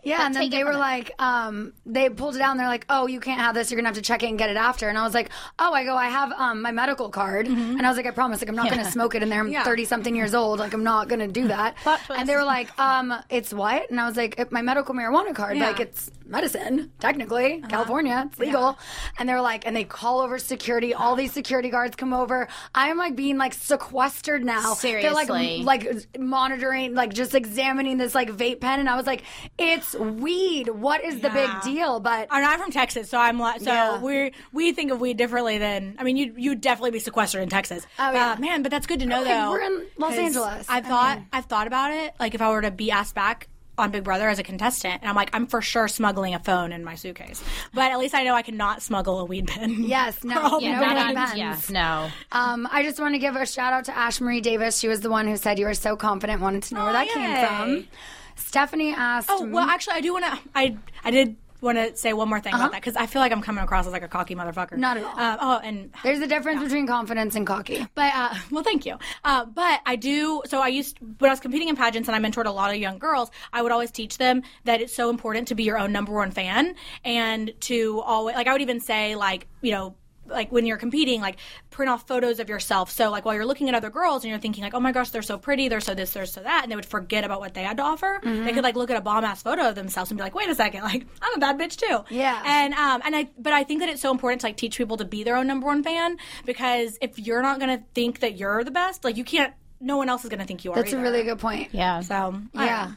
Speaker 4: Yeah, and then they were like, um, they pulled it out and they're like, oh, you can't have this. You're gonna have to check it and get it after. And I was like, oh, I go, I have um, my medical card, and I was like, I promise, like I'm not gonna smoke it in there. I'm 30 something years old, like I'm not gonna do that. and they were like, um, it's what? And I was like, my medical marijuana card, like it's medicine technically, California, it's legal. And they were like, and they call over security. All these security guards come over. I'm like being like sequestered now. They're like
Speaker 5: Seriously.
Speaker 4: m- like monitoring, like just examining this like vape pen, and I was like, "It's weed. What is the big deal?able?" But
Speaker 6: I'm not from Texas, so I'm like, so
Speaker 4: Yeah.
Speaker 6: we we think of weed differently than I mean, you you'd definitely be sequestered in Texas.
Speaker 4: Oh, yeah.
Speaker 6: uh, man, but that's good to know
Speaker 4: Okay,
Speaker 6: though.
Speaker 4: we're in Los
Speaker 6: 'cause
Speaker 4: Angeles.
Speaker 6: I've
Speaker 4: I
Speaker 6: thought I've thought about it. Like if I were to be asked back on Big Brother as a contestant, and I'm like, I'm for sure smuggling a phone in my suitcase, but at least I know I cannot smuggle a weed pen.
Speaker 4: Yes, no,
Speaker 6: Oh,
Speaker 4: yeah,
Speaker 6: my
Speaker 4: no
Speaker 6: God.
Speaker 4: vape pens.
Speaker 5: yeah, no."
Speaker 4: Um, I just want to give a shout out to Ash Marie Davis. She was the one who said you were so confident. Wanted to know where
Speaker 6: Oh,
Speaker 4: that
Speaker 6: yay.
Speaker 4: came from. Stephanie asked.
Speaker 6: Oh well,
Speaker 4: me-
Speaker 6: actually, I do want to. I I did want to say one more thing about that because I feel like I'm coming across as like a cocky motherfucker.
Speaker 4: Uh-huh. Not at all.
Speaker 6: Uh, oh, and
Speaker 4: there's a difference between confidence and cocky.
Speaker 6: but uh, well, thank you. Uh, but I do. So I used when I was competing in pageants and I mentored a lot of young girls. I would always teach them that it's so important to be your own number one fan and to always like I would even say like you know. like when you're competing, like print off photos of yourself. So like while you're looking at other girls and you're thinking like, oh my gosh, they're so pretty, they're so this, they're so that, and they would forget about what they had to offer. They could like look at a bomb ass photo of themselves and be like, wait a second, like I'm a bad bitch too.
Speaker 4: Yeah.
Speaker 6: And um and I but I think that it's so important to like teach people to be their own number one fan because if you're not gonna think that you're the best, like you can't. No one else is gonna think you are.
Speaker 4: That's a
Speaker 6: either.
Speaker 4: really good point.
Speaker 5: Yeah.
Speaker 6: So I don't know.
Speaker 4: Yeah.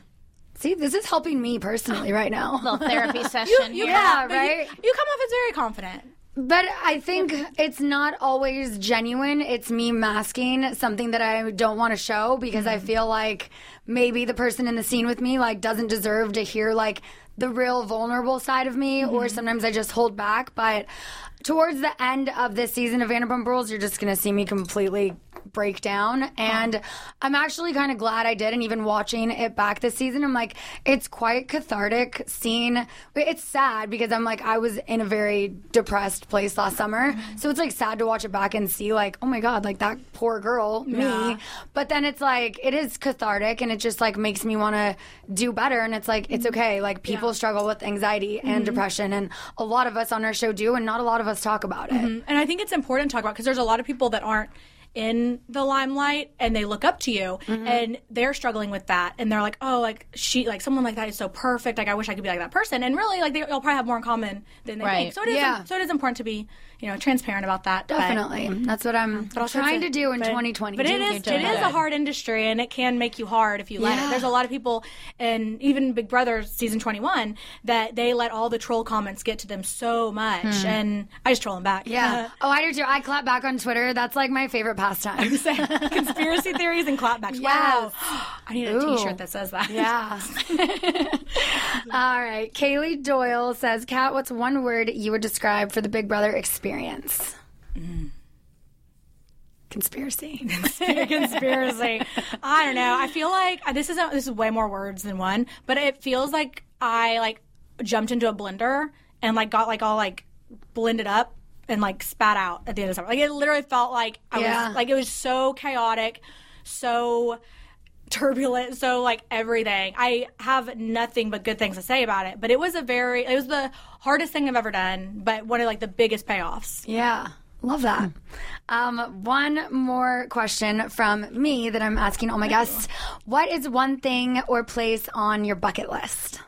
Speaker 4: See, this is helping me
Speaker 6: Oh.
Speaker 4: personally right now.
Speaker 5: Little therapy session.
Speaker 6: You
Speaker 5: here.
Speaker 6: come
Speaker 4: Yeah,
Speaker 6: off- but you-
Speaker 4: right?
Speaker 6: You, come off as very confident.
Speaker 4: But I think it's not always genuine. It's me masking something that I don't want to show because I feel like maybe the person in the scene with me like doesn't deserve to hear like the real vulnerable side of me or sometimes I just hold back, but towards the end of this season of Vanderpump Rules, you're just going to see me completely break down and I'm actually kind of glad I did and even watching it back this season I'm like it's quite cathartic seeing but it's sad because I'm like I was in a very depressed place last summer so it's like sad to watch it back and see like oh my god like that poor girl me but then it's like it is cathartic and it just like makes me want to do better and it's like
Speaker 6: Mm-hmm.
Speaker 4: it's okay like people struggle with anxiety and depression and a lot of us on our show do and not a lot of us talk about it
Speaker 6: And I think it's important to talk about because there's a lot of people that aren't in the limelight and they look up to you
Speaker 4: Mm-hmm.
Speaker 6: and they're struggling with that and they're like oh like she like someone like that is so perfect like i wish i could be like that person and really like they, you'll probably have more in common than they
Speaker 5: Right.
Speaker 6: think so it is
Speaker 4: Yeah.
Speaker 6: so it is important to be you know transparent about that but-
Speaker 4: Definitely. That's what I'm
Speaker 6: but also
Speaker 4: trying
Speaker 6: it's a-
Speaker 4: to do in
Speaker 6: but-
Speaker 4: 2020.
Speaker 6: But it
Speaker 4: You're
Speaker 6: is it
Speaker 4: doing
Speaker 6: is a hard industry, and it can make you hard if you let
Speaker 4: Yeah.
Speaker 6: it. There's a lot of people, and even Big Brother season 21, that they let all the troll comments get to them so much, and I just troll them back.
Speaker 4: Hmm. Yeah. Oh, I do too. I clap back on Twitter. That's like my favorite pastime.
Speaker 6: Uh, conspiracy theories and clapbacks. Wow, I need a T-shirt that says that.
Speaker 4: Yeah. All right. Kaylee Doyle says, Kat, what's one word you would describe for the Big Brother experience? Mm. Conspiracy.
Speaker 6: conspiracy. I don't know. I feel like uh, this is a, this is way more words than one, but it feels like I like jumped into a blender and like got like all like blended up and like spat out at the end of summer. Like it literally felt like I
Speaker 4: Yeah.
Speaker 6: was like it was so chaotic, so turbulent, so like everything. I have nothing but good things to say about it, but it was a very it was the hardest thing I've ever done, but one of like the biggest payoffs.
Speaker 4: Yeah. Love that. Um, one more question from me that I'm asking all my guests. What is one thing or place on your bucket list?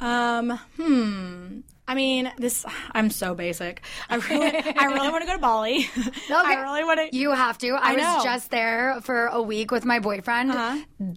Speaker 6: Um, hmm. I mean, this. I'm so basic. I really, I really want to go to Bali. I really want to.
Speaker 4: You have to. I,
Speaker 6: know. Uh-huh.
Speaker 4: was just there for a week with my boyfriend.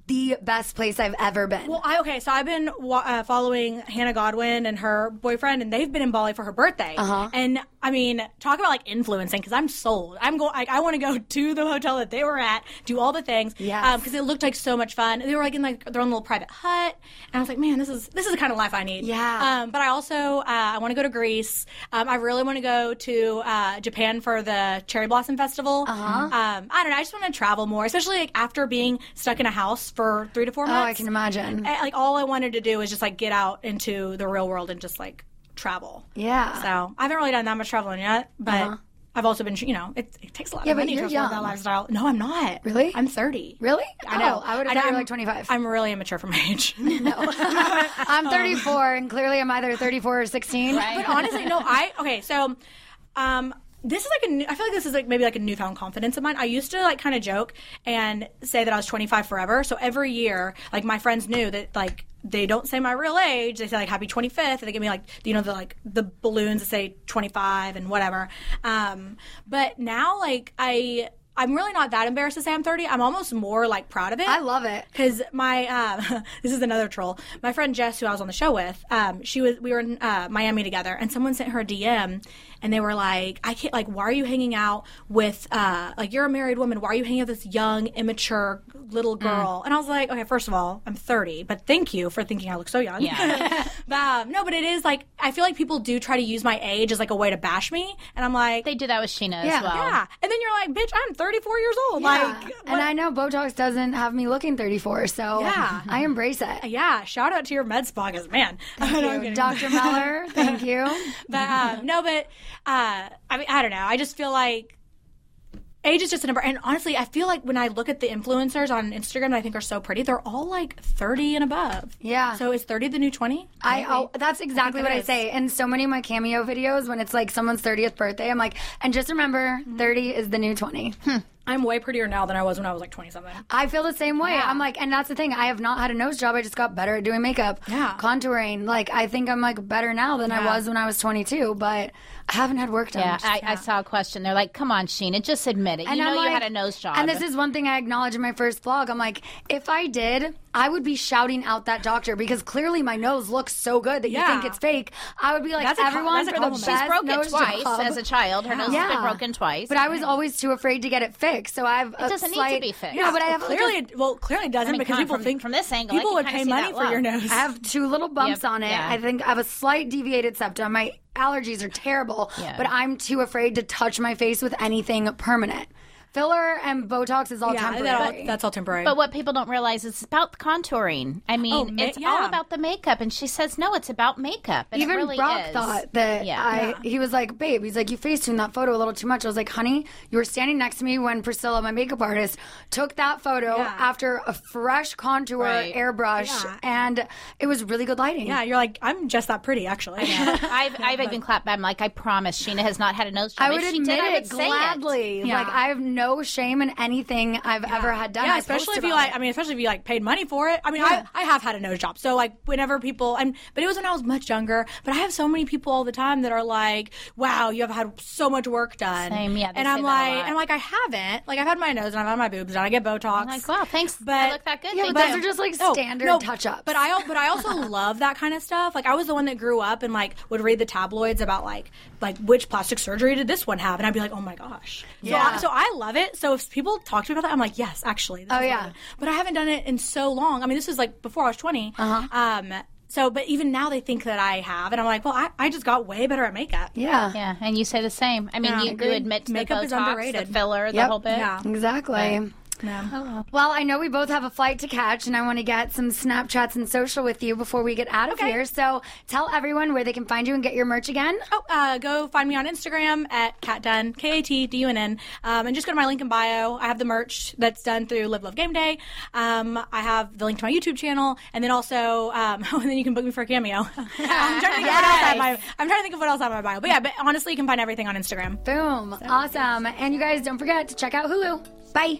Speaker 4: The best place I've ever been.
Speaker 6: well, I, okay, so I've been wa- uh, following Hannah Godwin and her boyfriend, and they've been in Bali for her birthday.
Speaker 4: Uh-huh.
Speaker 6: And I mean, talk about like influencing because I'm sold. I'm going. I, I want to go to the hotel that they were at, do all the things.
Speaker 4: Yes.
Speaker 6: Because it looked like so much fun. They were like in like their own little private hut, and I was like, man, this is this is the kind of life I need.
Speaker 4: Yeah.
Speaker 6: Um, but I also uh, I want to go to Greece. Um, I really want to go to uh, Japan for the Cherry Blossom Festival. Uh-huh. Um, I don't know. I just want to travel more, especially like after being stuck in a house for three to four
Speaker 4: oh,
Speaker 6: months.
Speaker 4: I can imagine.
Speaker 6: I- like all I wanted to do was just like get out into the real world and just like travel.
Speaker 4: Yeah. Uh-huh.
Speaker 6: So I haven't really done that much traveling yet, but I've also been, you know, it, it takes a lot
Speaker 4: Yeah,
Speaker 6: of
Speaker 4: but
Speaker 6: money
Speaker 4: you're
Speaker 6: to afford
Speaker 4: young.
Speaker 6: that lifestyle. No, I'm not.
Speaker 4: Really?
Speaker 6: I'm 30.
Speaker 4: Really?
Speaker 6: I know.
Speaker 4: Oh, I would have
Speaker 6: know,
Speaker 4: thought you were
Speaker 6: I'm-
Speaker 4: like 25.
Speaker 6: I'm really immature for my age.
Speaker 4: I'm 34, and clearly I'm either 34 or 16.
Speaker 6: But honestly, no, I okay. So, um, this is like a new. I feel like this is like maybe like a newfound confidence of mine. I used to like kind of joke and say that I was 25 forever. So every year, like my friends knew that like they don't say my real age. They say like happy 25th, and they give me like you know the like the balloons that say 25 and whatever. Um, but now like I. I'm really not that embarrassed to say I'm 30. I'm almost more like proud of it.
Speaker 4: I love it.
Speaker 6: Because my um, this is another troll. My friend Jess, who I was on the show with, um, she was we were in uh, Miami together, and someone sent her a DM, and they were like, "I can't like, why are you hanging out with uh, like you're a married woman? Why are you hanging out with this young, immature little
Speaker 4: Mm.
Speaker 6: girl?" And I was like, "Okay, first of all, I'm 30, but thank you for thinking I look so young."
Speaker 5: Yeah.
Speaker 6: but, um, no, but it is like I feel like people do try to use my age as like a way to bash me, and I'm like,
Speaker 5: They do that with Sheena
Speaker 4: Yeah.
Speaker 5: as well.
Speaker 6: "Yeah," and then you're like, "Bitch, I'm 34 years old." Like,
Speaker 4: and I know Botox doesn't have me looking 34, so
Speaker 6: Yeah.
Speaker 4: I embrace it.
Speaker 6: yeah, shout out to your med spa, 'cause, man. No, I'm
Speaker 4: Thank you.
Speaker 6: kidding.
Speaker 4: Dr. Meller, thank you.
Speaker 6: uh, But um, no, but uh, I mean, I don't know. I just feel like age is just a number. And honestly, I feel like when I look at the influencers on Instagram that I think are so pretty, they're all like 30 and above.
Speaker 4: Yeah.
Speaker 6: So is 30 the new 20?
Speaker 4: I oh, that's exactly what I say in so many of my cameo videos when it's like someone's 30th birthday. I'm like, and just remember,
Speaker 6: Mm-hmm.
Speaker 4: 30 is the new 20.
Speaker 6: I'm way prettier now than I was when I was like 20 something.
Speaker 4: I feel the same way. I'm like, and that's the thing. I have not had a nose job. I just got better at doing makeup,
Speaker 6: Yeah.
Speaker 4: contouring. Like, I think I'm like better now than I was when I was 22, but I haven't had work done.
Speaker 5: Yeah, I, I saw a question. They're like, "Come on, Sheena, just admit it. you know you had a nose job."
Speaker 4: And this is one thing I acknowledge in my first vlog. I'm like, if I did, I would be shouting out that doctor because clearly my nose looks so good that you
Speaker 6: Yeah.
Speaker 4: think it's fake. I would be like,
Speaker 6: That's a co-
Speaker 4: everyone
Speaker 6: that's
Speaker 4: for
Speaker 6: a
Speaker 4: the
Speaker 6: compliment.
Speaker 4: best
Speaker 6: She's
Speaker 5: broken
Speaker 4: nose
Speaker 5: twice
Speaker 4: job.
Speaker 5: as a child. Her nose has been broken twice.
Speaker 4: But I was always too afraid to get it fixed, so I've it
Speaker 5: doesn't need to be fixed.
Speaker 4: No, but I have like,
Speaker 6: clearly,
Speaker 4: a-
Speaker 6: it, well, clearly it doesn't
Speaker 5: mean,
Speaker 6: because
Speaker 5: kinda
Speaker 6: people
Speaker 5: from-
Speaker 6: think
Speaker 5: from this angle, I
Speaker 6: people
Speaker 5: can
Speaker 6: would
Speaker 5: kinda
Speaker 6: pay
Speaker 5: see
Speaker 6: money
Speaker 5: that
Speaker 6: for your
Speaker 5: low.
Speaker 6: nose.
Speaker 4: I have two little bumps
Speaker 5: Yep,
Speaker 4: on it.
Speaker 5: yeah.
Speaker 4: I think I have a slight deviated septum. My allergies are terrible,
Speaker 5: Yeah.
Speaker 4: but I'm too afraid to touch my face with anything permanent. Filler and Botox is all
Speaker 6: yeah,
Speaker 4: temporary.
Speaker 6: that all, that's all temporary.
Speaker 5: But what people don't realize is it's about the contouring. I mean,
Speaker 6: Oh, ma-
Speaker 5: it's all
Speaker 6: yeah.
Speaker 5: about the makeup. And she says, no, it's about makeup. And it
Speaker 4: Even
Speaker 5: really
Speaker 4: Brock
Speaker 5: is.
Speaker 4: thought that
Speaker 5: Yeah.
Speaker 4: I. He was like, "Babe," he's like, "You face tuned that photo a little too much." I was like, "Honey, you were standing next to me when Priscilla, my makeup artist, took that photo after a fresh contour
Speaker 5: Right.
Speaker 4: airbrush, and it was really good lighting."
Speaker 6: yeah, you're like, I'm just that pretty, actually.
Speaker 5: I've, I've even clapped back. I'm like, I promise Sheena has not had a nose job.
Speaker 4: I would
Speaker 5: if she
Speaker 4: admit
Speaker 5: did, I
Speaker 4: it
Speaker 5: would say
Speaker 4: gladly. Like I have no shame in anything I've ever had done.
Speaker 6: Yeah,
Speaker 4: I
Speaker 6: especially
Speaker 4: post
Speaker 6: if you
Speaker 4: about
Speaker 6: like.
Speaker 4: it.
Speaker 6: I mean, especially if you like paid money for it. I mean, I, I have had a nose job, so like whenever people, and but it was when I was much younger. But I have so many people all the time that are like, "Wow, you have had so much work done."
Speaker 5: Same, yeah, they
Speaker 6: and
Speaker 5: say
Speaker 6: I'm
Speaker 5: that a
Speaker 6: like,
Speaker 5: lot.
Speaker 6: and I'm like, I haven't. Like I've had my nose and I've had my boobs and I get Botox.
Speaker 5: I'm like, wow, thanks.
Speaker 6: But Oh,
Speaker 5: I look that good.
Speaker 4: Yeah,
Speaker 5: Thank
Speaker 4: but those
Speaker 5: you.
Speaker 4: are just like standard touch-ups.
Speaker 6: But I al- but I also love that kind of stuff. Like I was the one that grew up and like would read the tabloids about like like which plastic surgery did this one have, and I'd be like, oh my gosh.
Speaker 4: Yeah.
Speaker 6: Yeah. So I, so I love it. So if people talk to me about that, I'm like, yes, actually. this
Speaker 4: Oh,
Speaker 6: is what I
Speaker 4: yeah.
Speaker 6: do. But I haven't done it in so long. I mean, this is like before I was 20. Uh-huh. Um. So, but even now they think that I have, and I'm like, well, I, I just got way better at makeup.
Speaker 4: yeah,
Speaker 5: Yeah, and you say the same. I mean, you, you
Speaker 4: Agreed.
Speaker 5: admit to
Speaker 6: Makeup
Speaker 5: the
Speaker 6: is
Speaker 5: Botox,
Speaker 6: underrated.
Speaker 5: the filler, the
Speaker 4: Yep.
Speaker 5: whole bit.
Speaker 6: Yeah.
Speaker 4: exactly. Well, I know we both have a flight to catch, and I want to get some Snapchats and social with you before we get out of here. So tell everyone where they can find you and get your merch again.
Speaker 6: Oh, uh, go find me on Instagram at Kat Dunn, K A T D U N N, um, and just go to my link in bio. I have the merch that's done through Live Love Game Day. Um, I have the link to my YouTube channel, and then also, um, and then you can book me for a cameo. I'm trying to think of what else I have in my. I'm trying to think of what else I have in my bio. But yeah, but honestly, you can find everything on Instagram.
Speaker 4: Boom. Awesome. And you guys don't forget to check out Hulu. Bye.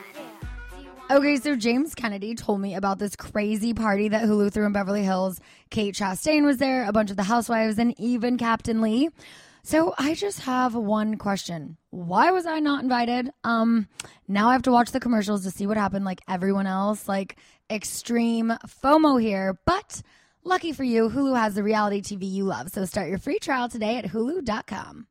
Speaker 2: Do you want-
Speaker 4: Okay, so James Kennedy told me about this crazy party that Hulu threw in Beverly Hills. Kate Chastain was there, a bunch of the housewives, and even Captain Lee. So I just have one question. Why was I not invited? Um, now I have to watch the commercials to see what happened like everyone else, like extreme FOMO here. But lucky for you, Hulu has the reality TV you love. So start your free trial today at hulu.com.